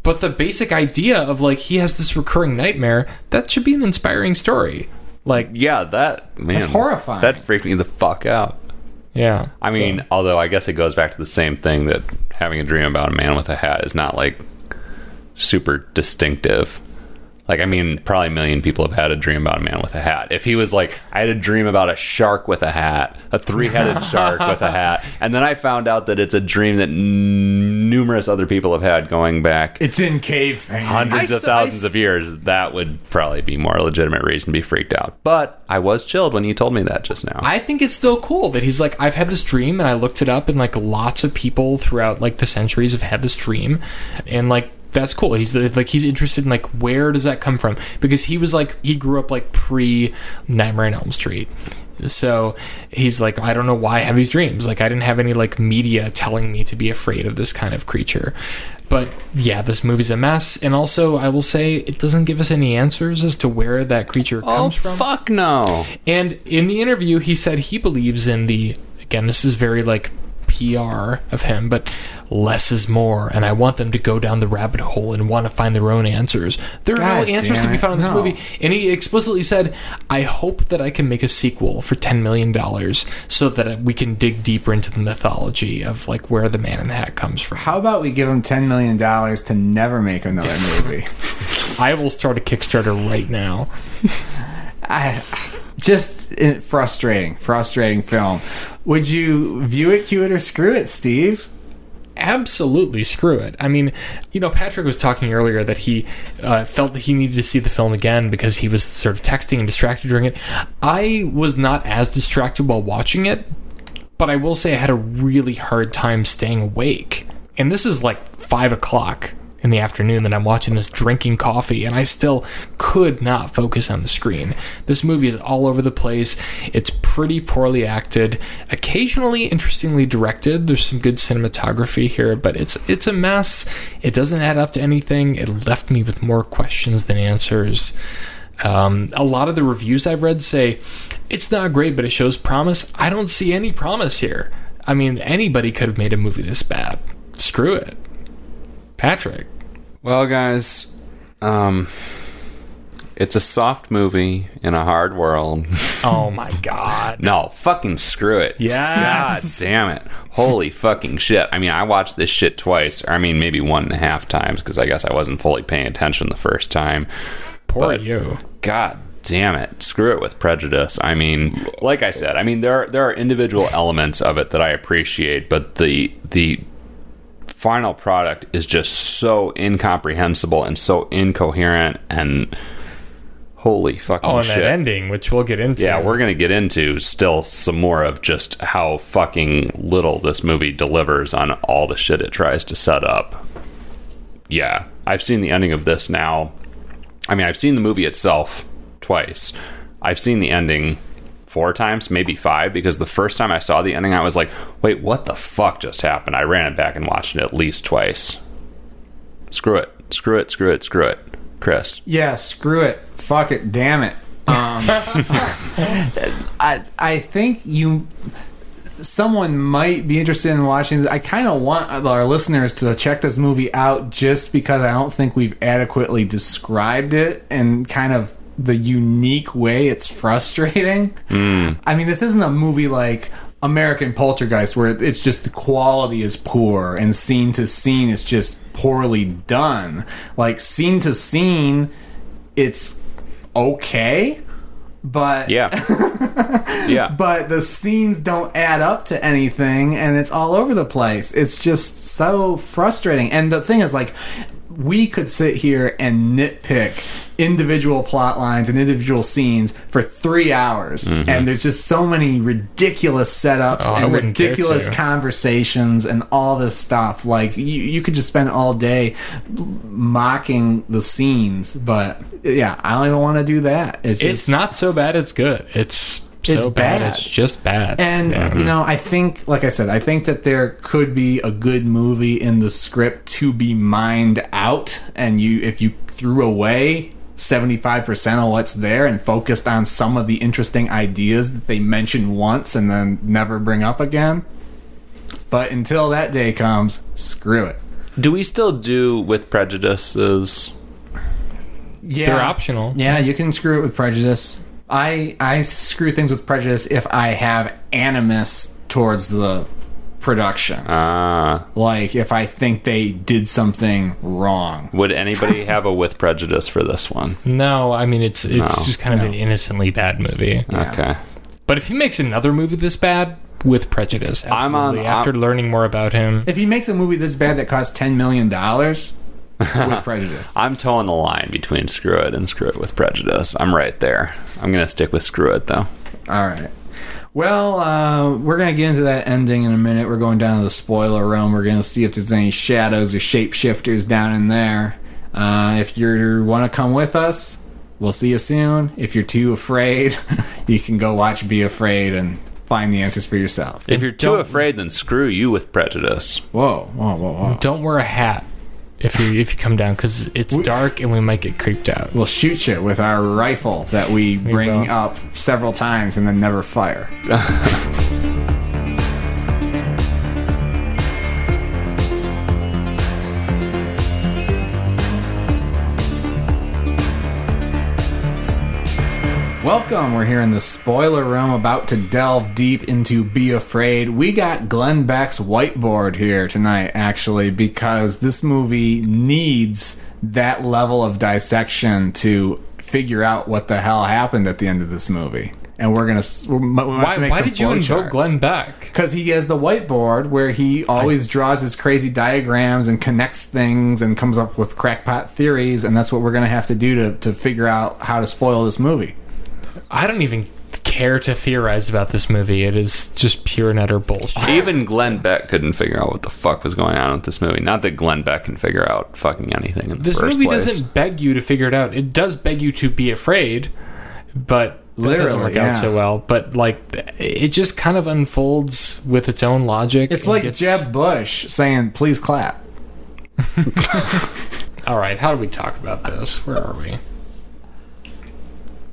But the basic idea of like he has this recurring nightmare, that should be an inspiring story. Like yeah, that man. That's horrifying. That freaked me the fuck out. yeah. I mean, although I guess it goes back to the same thing that having a dream about a man with a hat is not like super distinctive. Like, I mean, probably a million people have had a dream about a man with a hat. If he was like, I had a dream about a shark with a hat, a (laughs) three headed shark with a hat, and then I found out that it's a dream that n- numerous other people have had going back It's in cave paintings. hundreds I of still- I thousands of years, that would probably be more legitimate reason to be freaked out. But I was chilled when you told me that just now. I think it's still cool that he's like, I've had this dream and I looked it up and like lots of people throughout like the centuries have had this dream and like that's cool. He's like he's interested in like where does that come from? Because he was like he grew up like pre Nightmare on Elm Street. So he's like, I don't know why I have these dreams. Like, I didn't have any like media telling me to be afraid of this kind of creature. But yeah, this movie's a mess. And also, I will say, it doesn't give us any answers as to where that creature Oh comes from. fuck no! And in the interview, he said he believes in the again. This is very like PR of him, but less is more. And I want them to go down the rabbit hole and want to find their own answers. There are God no answers to damn be it, found in this no. movie. And he explicitly said, "I hope that I can make a sequel for ten million dollars, so that we can dig deeper into the mythology of like where the man in the hat comes from." How about we give him ten million dollars to never make another movie? I will start a Kickstarter right now. I just it- frustrating, frustrating film. Would you view it, cue it, or screw it, Steve? absolutely screw it. I mean, you know, Patrick was talking earlier that he uh, felt that he needed to see the film again because he was sort of texting and distracted during it. I was not as distracted while watching it, but I will say I had a really hard time staying awake. And this is like five o'clock in the afternoon that I'm watching this drinking coffee, and I still could not focus on the screen. This movie is all over the place. It's pretty poorly acted, occasionally interestingly directed. There's some good cinematography here, but it's it's a mess. It doesn't add up to anything. It left me with more questions than answers. Um, a lot of the reviews I've read say it's not great, but it shows promise. I don't see any promise here. I mean, anybody could have made a movie this bad. Screw it, Patrick. Well, guys, um, it's a soft movie in a hard world. (laughs) Oh my god. no, fucking screw it. Yes. God damn it. Holy (laughs) fucking shit. I mean, I watched this shit twice, or I mean, maybe one and a half times, because I guess I wasn't fully paying attention the first time. (laughs) Poor But- you. God damn it. Screw it with prejudice. I mean, like I said, I mean there are, there are individual elements of it that I appreciate, but the the final product is just so incomprehensible and so incoherent and holy fucking Oh, and shit. that ending, which we'll get into. Yeah, we're going to get into still some more of just how fucking little this movie delivers on all the shit it tries to set up. Yeah, I've seen the ending of this now. I mean, I've seen the movie itself twice. I've seen the ending four times, maybe five, because the first time I saw the ending, I was like, wait, what the fuck just happened? I ran it back and watched it at least twice. Screw it. Screw it, screw it, screw it. Chris. Yeah, screw it. Fuck it. Damn it. Um, I I think you someone might be interested in watching. this. I kind of want our listeners to check this movie out just because I don't think we've adequately described it and kind of the unique way it's frustrating. I mean, this isn't a movie like American Poltergeist where it's just the quality is poor and scene to scene is just poorly done. Like scene to scene, it's okay, but Yeah. (laughs) yeah. but the scenes don't add up to anything and it's all over the place it's just so frustrating and the thing is like we could sit here and nitpick individual plot lines and individual scenes for three hours and there's just so many ridiculous setups Mm-hmm. Oh, I and wouldn't dare ridiculous to. conversations and all this stuff like you, you could just spend all day mocking the scenes but yeah i don't even want to do that it's, just, It's not so bad. It's good. It's so It's bad. bad. It's just bad. And you know, I think, like I said, I think that there could be a good movie in the script to be mined out, and you if you threw away. 75% of what's there and focused on some of the interesting ideas that they mention once and then never bring up again. But until that day comes, screw it. Do we still do with prejudices? Yeah. They're optional. Yeah, you can screw it with prejudice. I I screw things with prejudice if I have animus towards the production. Uh, like if I think they did something wrong. (laughs) would anybody have a with prejudice for this one? No, I mean it's it's No. just kind of an innocently bad movie. Okay. But if he makes another movie this bad with prejudice, absolutely. I'm on- After I'm- learning more about him, If he makes a movie this bad that costs ten million dollars with prejudice. I'm towing the line between screw it and screw it with prejudice. I'm right there. I'm going to stick with screw it, though. All right. Well, uh, we're gonna get into that ending in a minute. We're going down to the spoiler realm. We're gonna see if there's any shadows or shapeshifters down in there. Uh, if you want to come with us, We'll see you soon. If you're too afraid, (laughs) you can go watch Be Afraid and find the answers for yourself. If you're too don't- afraid, then screw you (laughs) with prejudice. Whoa, whoa, whoa, whoa. Don't wear a hat if you if you come down because it's dark and we might get creeped out. We'll shoot you with our rifle that we bring will. up several times and then never fire. Welcome. We're here in the spoiler room, about to delve deep into Be Afraid. We got Glenn Beck's whiteboard here tonight, actually, because this movie needs that level of dissection to figure out what the hell happened at the end of this movie. And we're gonna. s- We might we might Why, make why some did you invoke flowcharts. Glenn Beck? Because he has the whiteboard where he always draws his crazy diagrams and connects things and comes up with crackpot theories, and that's what we're going to have to do to, to figure out how to spoil this movie. I don't even care to theorize about this movie. It is just pure and utter bullshit. Even Glenn Beck couldn't figure out what the fuck was going on with this movie. Not that Glenn Beck can figure out fucking anything in the This first movie place. doesn't beg you to figure it out. It does beg you to be afraid, but that doesn't Literally, work yeah. out so well. But like, it just kind of unfolds with its own logic. It's and like gets- Jeb Bush saying, please clap. All right, how do we talk about this? Where are we?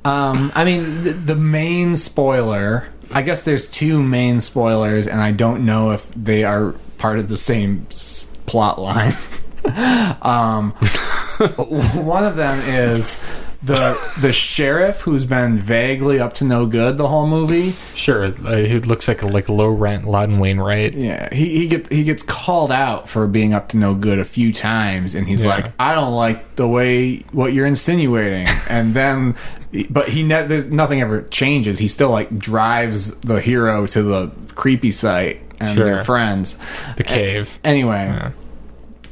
Um, I mean, the, the main spoiler, I guess there's two main spoilers, and I don't know if they are part of the same s- plot line. (laughs) um, (laughs) one of them is the the sheriff who's been vaguely up to no good the whole movie. Sure, uh, it looks like a like low rent Loudon Wainwright. Yeah, he he gets he gets called out for being up to no good a few times, and he's Yeah. like, "I don't like the way what you're insinuating." and then, but he ne- there's nothing ever changes. He still like drives the hero to the creepy site and Sure. their friends. The cave. Anyway,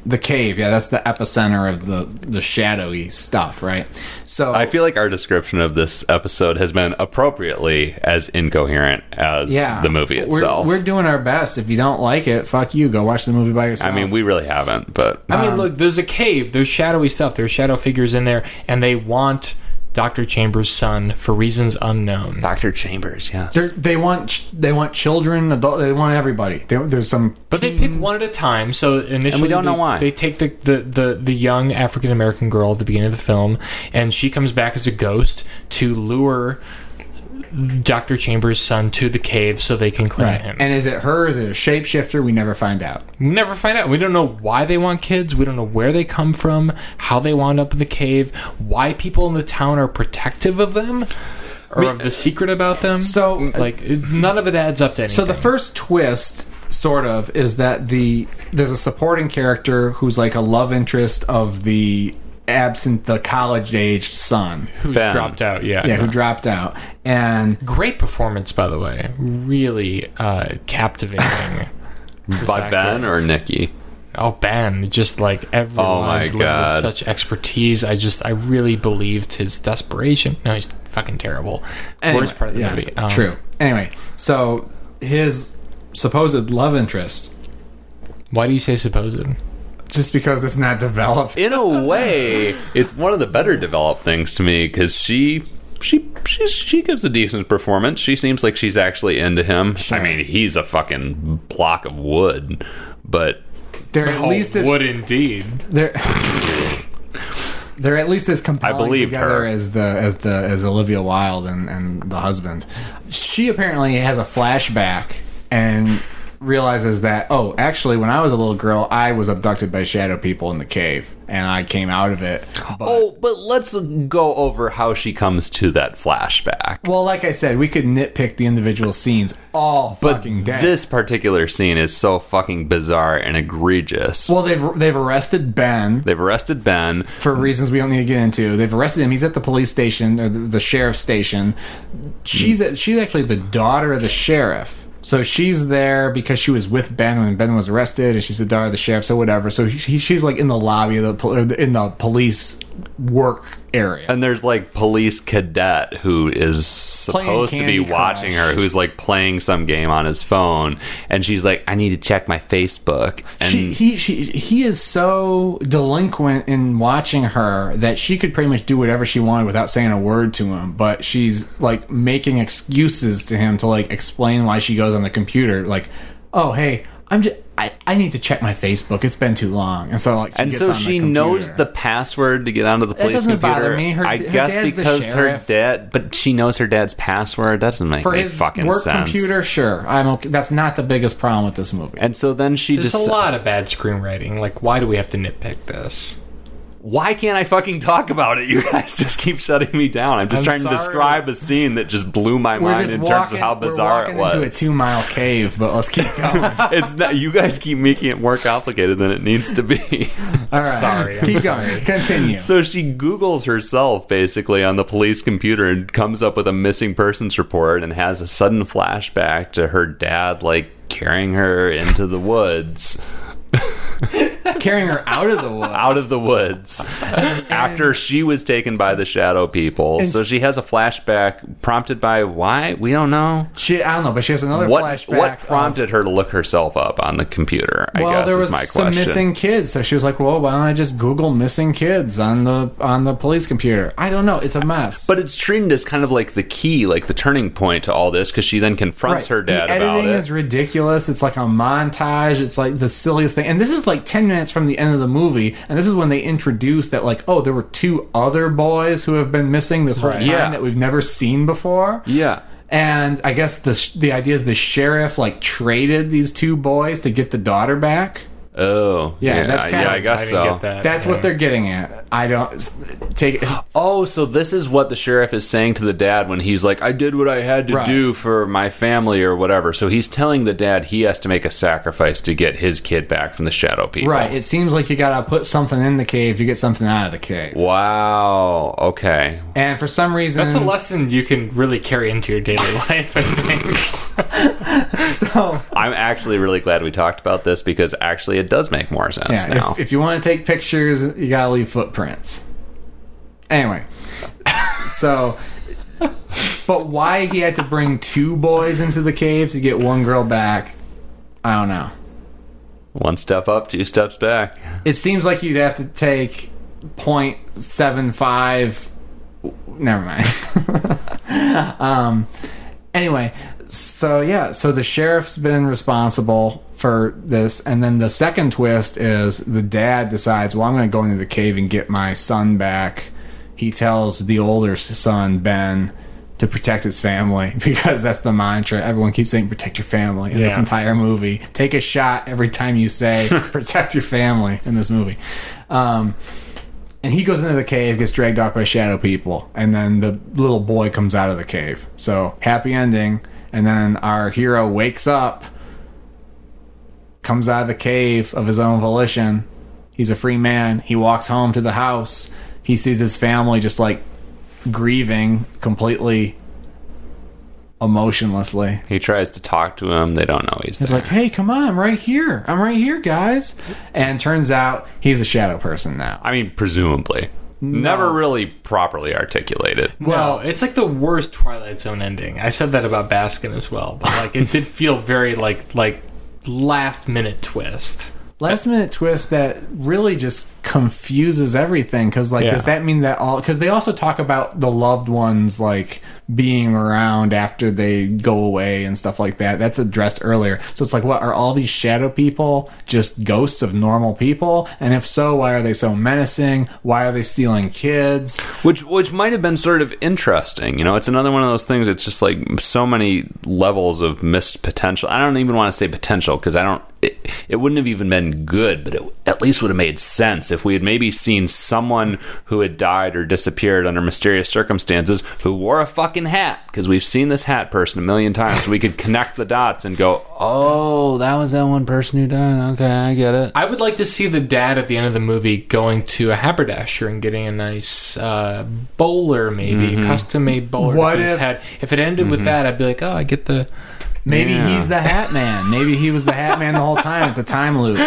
the cave. Yeah, that's the epicenter of the the shadowy stuff, right? So I feel like our description of this episode has been appropriately as incoherent as the movie We're- itself. We're, doing our best. If you don't like it, fuck you. Go watch the movie by yourself. I mean, we really haven't, (laughs) but I mean, look, there's a cave, there's shadowy stuff, there's shadow figures in there, and they want Dr. Chambers' son for reasons unknown. Dr. Chambers, yes. They're, they want ch- they want children, adult. They want everybody. They, there's some, But they pick one at a time, so initially don't they, know why. they take the, the, the, the young African American girl at the beginning of the film, and she comes back as a ghost to lure Dr. Chambers' son to the cave so they can claim him. And is it her? Is it a shapeshifter? We never find out. We never find out. We don't know why they want kids. We don't know where they come from, how they wound up in the cave, why people in the town are protective of them or of the secret about them. So- like, it- none of it adds up to anything. So the first twist, sort of, is that the there's a supporting character who's like a love interest of the absent, the college aged (laughs) son. who Ben. dropped out, yeah. Yeah, who dropped out, and Great performance, by the way. Really uh, (laughs) captivating. By Ben or Nikki? Oh, Ben! Just like everyone Oh my delivered God. such expertise. I just, I really believed his desperation. No, he's fucking terrible. Worst part of the yeah, movie. Um, True. Anyway, so his supposed love interest, Why do you say supposed? just because it's not developed, In a way, it's one of the better developed things to me because she. She she's, she gives a decent performance. She seems like she's actually into him. I mean, he's a fucking block of wood, but they're at least as Oh, would indeed. they're (laughs) they're at least as compelling I believed together her. as the as the as Olivia Wilde and and the husband. She apparently has a flashback and realizes that oh, actually, when I was a little girl, I was abducted by shadow people in the cave, and I came out of it. But, Oh, but let's go over how she comes to that flashback. well, like I said, we could nitpick the individual scenes all but fucking day. this particular scene is so fucking bizarre and egregious. well, they've they've arrested Ben. They've arrested Ben. for reasons we don't need to get into. They've arrested him. He's at the police station or the, the sheriff's station. She's at, she's actually the daughter of the sheriff. So she's there because she was with Ben when Ben was arrested, and she's the daughter of the sheriff. So whatever. So he, she's like in the lobby of the pol- or the- in the police work area. And there's like police cadet who is supposed to be Candy watching Crush. her, who's like playing some game on his phone, and she's like, "I need to check my Facebook." And she, he she, he is so delinquent in watching her that she could pretty much do whatever she wanted without saying a word to him but she's like making excuses to him to like explain why she goes on the computer like oh hey i'm just I, I need to check my Facebook. It's been too long, and so like, she and gets so on the she computer. knows the password to get onto the police doesn't computer. bother me. Her- I her guess dad's the because her sheriff. dad, but she knows her dad's password. That doesn't make for any his fucking work sense. computer. Sure, I'm okay. That's not the biggest problem with this movie. And so then she There's uh, just a lot of bad screenwriting. Like, why do we have to nitpick this? why can't I fucking talk about it? (laughs) You guys just keep shutting me down. I'm just I'm trying sorry. to describe a scene that just blew my mind in terms of how bizarre we're walking it was. into a two mile cave, but let's (laughs) keep going. it's not, you guys keep making it more complicated than it needs to be. (laughs) All right, Sorry, I'm keep going. Continue. so she Googles herself basically on the police computer and comes up with a missing persons report and has a sudden flashback to her dad like carrying her into the woods, carrying her out of the woods. out of the woods, after she was taken by the shadow people. So she has a flashback prompted by why? We don't know. (laughs) She, I don't know, but she has another What, flashback. what of- prompted her to look herself up on the computer? I well, guess there was is my some question. missing kids, so she was like, "Well, why don't I just Google missing kids on the on the police computer?" I don't know. It's a mess. But it's treated as kind of like the key, like the turning point to all this, because she then confronts her dad the about editing it. is ridiculous. It's like a montage. It's like the silliest thing. And this is like ten minutes from the end of the movie, and this is when they introduce that, like, oh, there were two other boys who have been missing this whole time Yeah. that we've never seen before. yeah. And I guess the sh- the idea is the sheriff like traded these two boys to get the daughter back. Oh. Yeah, that's kind yeah. of- I guess I didn't so. get that. That's what they're getting at. I don't take. Oh, so this is what the sheriff is saying to the dad when he's like, "I did what I had to Right. do for my family or whatever." So he's telling the dad he has to make a sacrifice to get his kid back from the shadow people. Right. It seems like you gotta put something in the cave to get something out of the cave. Wow. Okay. And for some reason, That's a lesson you can really carry into your daily (laughs) life, I think. (laughs) So I'm actually really glad we talked about this because actually it does make more sense yeah, now. if, if you want to take pictures, you gotta leave footprints. Anyway, (laughs) so. But why he had to bring two boys into the cave to get one girl back, I don't know. One step up, two steps back. It seems like you'd have to take 0.75. Never mind. (laughs) um, anyway, so yeah, so the sheriff's been responsible for this. And then the second twist is the dad decides, well, I'm going to go into the cave and get my son back. He tells the older son, Ben, to protect his family (laughs) because that's the mantra. Everyone keeps saying, protect your family in this Yeah. entire movie. Take a shot every time you say, protect your family in this movie. Um, and he goes into the cave, gets dragged off by shadow people, and then the little boy comes out of the cave. So happy ending. And then our hero wakes up, comes out of the cave of his own volition. He's a free man. He walks home to the house. He sees his family just like grieving completely emotionlessly. He tries to talk to him. They don't know he's He's there. like, "Hey, come on, I'm right here. I'm right here, guys." And turns out he's a shadow person now. I mean, presumably. Never really properly articulated. Well, it's like the worst Twilight Zone ending. I said that about Baskin as well, but like it did feel very like like last minute twist. last minute twist that really just confuses everything because like Yeah. does that mean that all because they also talk about the loved ones like being around after they go away and stuff like that that's addressed earlier so it's like what are all these shadow people just ghosts of normal people and if so why are they so menacing why are they stealing kids Which which might have been sort of interesting. You know, it's another one of those things. It's just like so many levels of missed potential. I don't even want to say potential because I don't. It, it wouldn't have even been good, but it at least would have made sense if we had maybe seen someone who had died or disappeared under mysterious circumstances who wore a fucking hat because we've seen this hat person a million times. we could connect the dots and go, oh, that was that one person who died. Okay, I get it. I would like to see the dad at the end of the movie going to a haberdasher and getting a nice uh, bowler, maybe custom made bowler Mm-hmm. What for his if- Mm-hmm. head. If it ended with that, I'd be like, oh, I get the maybe Yeah. he's the hat man maybe he was the hat man the whole time it's a time loop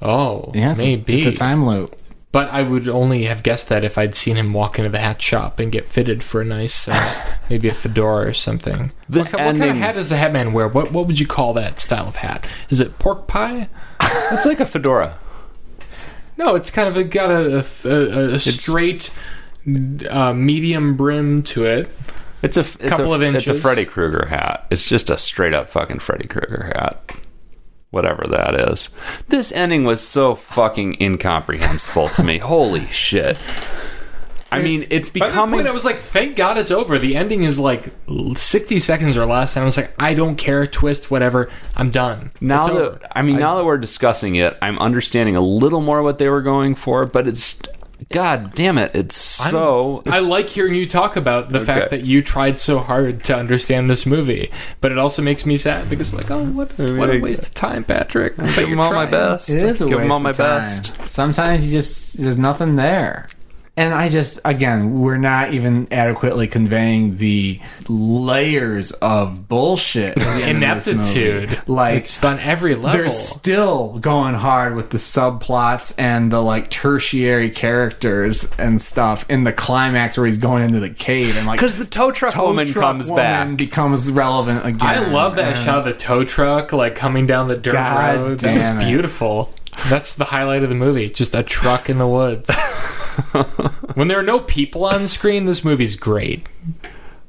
oh, yeah it's, maybe A, it's a time loop But I would only have guessed that if I'd seen him walk into the hat shop and get fitted for a nice, (laughs) uh, maybe a fedora or something. This what, ki- what kind of ending- hat does the hat man wear? What what would you call that style of hat? Is it pork pie? It's like a fedora. No, it's kind of a, got a, a, a, a straight, uh, medium brim to it. It's a it's Couple a, of It's inches. a Freddy Krueger hat. It's just a straight up fucking Freddy Krueger hat. Whatever that is. This ending was so fucking incomprehensible to (laughs) me. Holy shit. I mean, it's By that becoming point, I was like, "Thank God it's over." The ending is like sixty seconds or less, and I was like, "I don't care, twist, whatever. I'm done." now it's that over. I mean, now that we're discussing it, I'm understanding a little more what they were going for, but it's god damn it, it's I'm- so I like hearing you talk about the fact Okay. that you tried so hard to understand this movie, but it also makes me sad because, like, oh, what, what a like- waste of time, Patrick. But give you're them all my trying. best. It is a give waste them all my of time. best. Sometimes you just there's nothing there. And I just again, we're not even adequately conveying the layers of bullshit. at the end of this movie. Ineptitude, Like it's on every level. they're still going hard with the subplots and the like tertiary characters and stuff in the climax where he's going into the cave and like Because the tow truck tow woman truck comes woman back. becomes relevant again. I love that shot of the tow truck like coming down the dirt God road. damn That was it. beautiful. That's the highlight of the movie. Just a truck in (laughs) the woods. when there are no people on screen, this movie's great.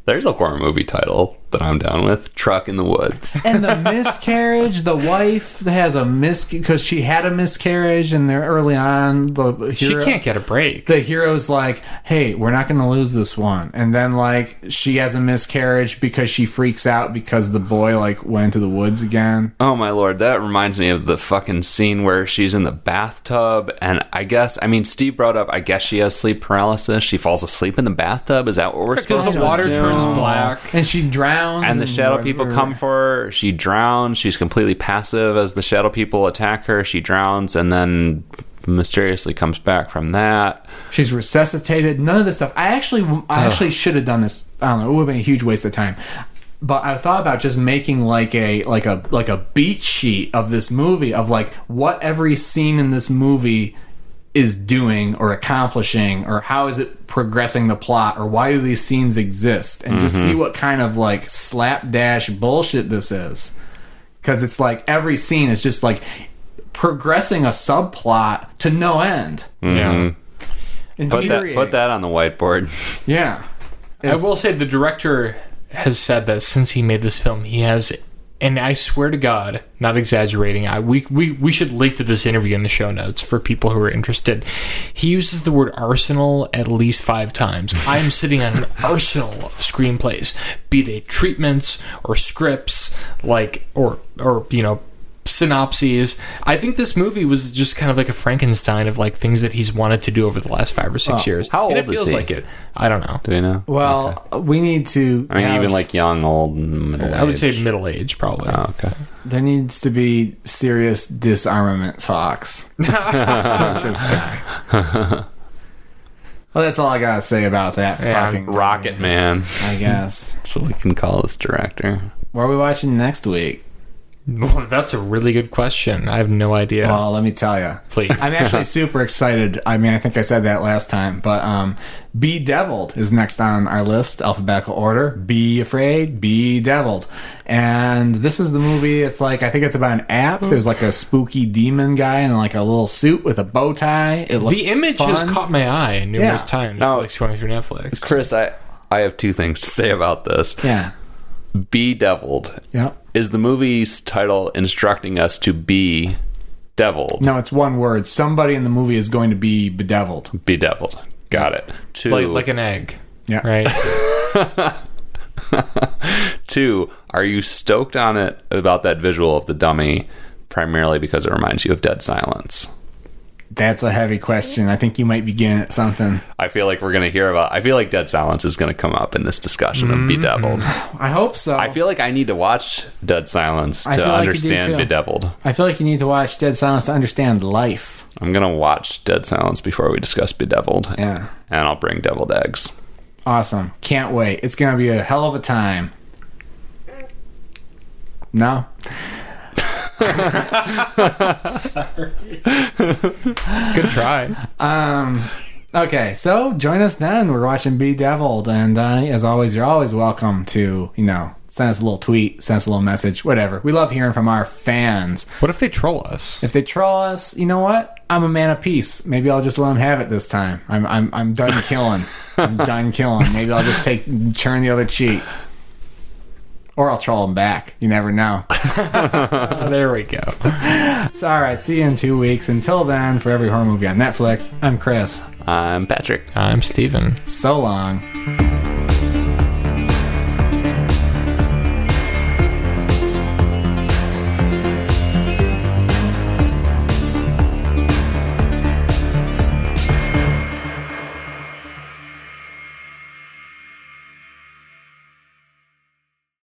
There's a horror movie title that I'm down with. Truck in (laughs) the Woods. and the miscarriage, the wife has a mis because she had a miscarriage, and they're early on. The hero, She can't get a break. The hero's like, "Hey, we're not going to lose this one," and then like she has a miscarriage because she freaks out because the boy like went into the woods again. Oh my lord, that reminds me of the fucking scene where she's in the bathtub, and I guess, I mean, Steve brought up, I guess she has sleep paralysis. She falls asleep in the bathtub. Is that what we're Because supposed the to water assume? turns black. and she drowns. And the shadow people whatever. come for her. She drowns. She's completely passive as the shadow people attack her. She drowns and then mysteriously comes back from that. She's resuscitated. None of this stuff. I actually, I actually should have done this. I don't know. It would have been a huge waste of time. But I thought about just making like a like a like a beat sheet of this movie of like what every scene in this movie is doing or accomplishing or how is it progressing the plot or why do these scenes exist and just see what kind of like slapdash bullshit this is because it's like every scene is just like progressing a subplot to no end. Yeah. Put that, Mm-hmm. put that on the whiteboard. (laughs) Yeah. I will say the director has said that since he made this film, he has, and I swear to God, not exaggerating, I, we, we, we should link to this interview in the show notes for people who are interested. He uses the word arsenal at least five times. I'm sitting on (laughs) an arsenal of screenplays, be they treatments or scripts, like, or, or, you know, synopses. I think this movie was just kind of like a Frankenstein of like things that he's wanted to do over the last five or six years. how And it old is feels he? like it. I don't know. Do you know? Well, we need to. I mean, even like young, old, and middle I would age. say middle age, probably. Ah. Oh, okay. there needs to be serious disarmament (laughs) talks. with this guy. well, that's all I gotta say about that. fucking Rocket thing, Man. I guess. That's what we can call this director. What are we watching next week? Well, that's a really good question. I have no idea. Well, let me tell you. Please. I'm (laughs) actually super excited. I mean, I think I said that last time, but um, Be Deviled is next on our list, alphabetical order. Be Afraid, Be Deviled. And this is the movie. It's like, I think it's about an app. There's like a spooky demon guy in like a little suit with a bow tie. It looks the image fun. has caught my eye numerous Yeah. times, No. like scrolling through Netflix. Chris, I I have two things to say about this. Yeah. Bedeviled Yep. is the movie's title instructing us to be deviled. No, it's one word. Somebody in the movie is going to be bedeviled. Bedeviled. Got it. Two, Like, like an egg, Yeah. right? (laughs) two, are you stoked on it about that visual of the dummy primarily because it reminds you of Dead Silence? That's a heavy question. I think you might be getting at something. I feel like we're going to hear about I feel like Dead Silence is going to come up in this discussion of Mm-hmm. Bedeviled. I hope so. I feel like I need to watch Dead Silence I feel to like you do understand too. Bedeviled. I feel like you need to watch Dead Silence to understand life. I'm gonna watch Dead Silence before we discuss Bedeviled. Yeah. And I'll bring deviled eggs. Awesome. Can't wait. It's going to be a hell of a time. No? Good try. Um, okay, so join us then. We're watching Be Deviled, and uh, as always, you're always welcome to you know send us a little tweet, send us a little message, whatever. We love hearing from our fans. What if they troll us? If they troll us, you know what? I'm a man of peace. Maybe I'll just let them have it this time. I'm I'm I'm done killing. I'm done killing. Maybe I'll just take turn the other cheek. Or I'll troll them back. You never know. there we go. So, all right, see you in two weeks. Until then, for every horror movie on Netflix, I'm Chris. I'm Patrick. I'm Steven. So long.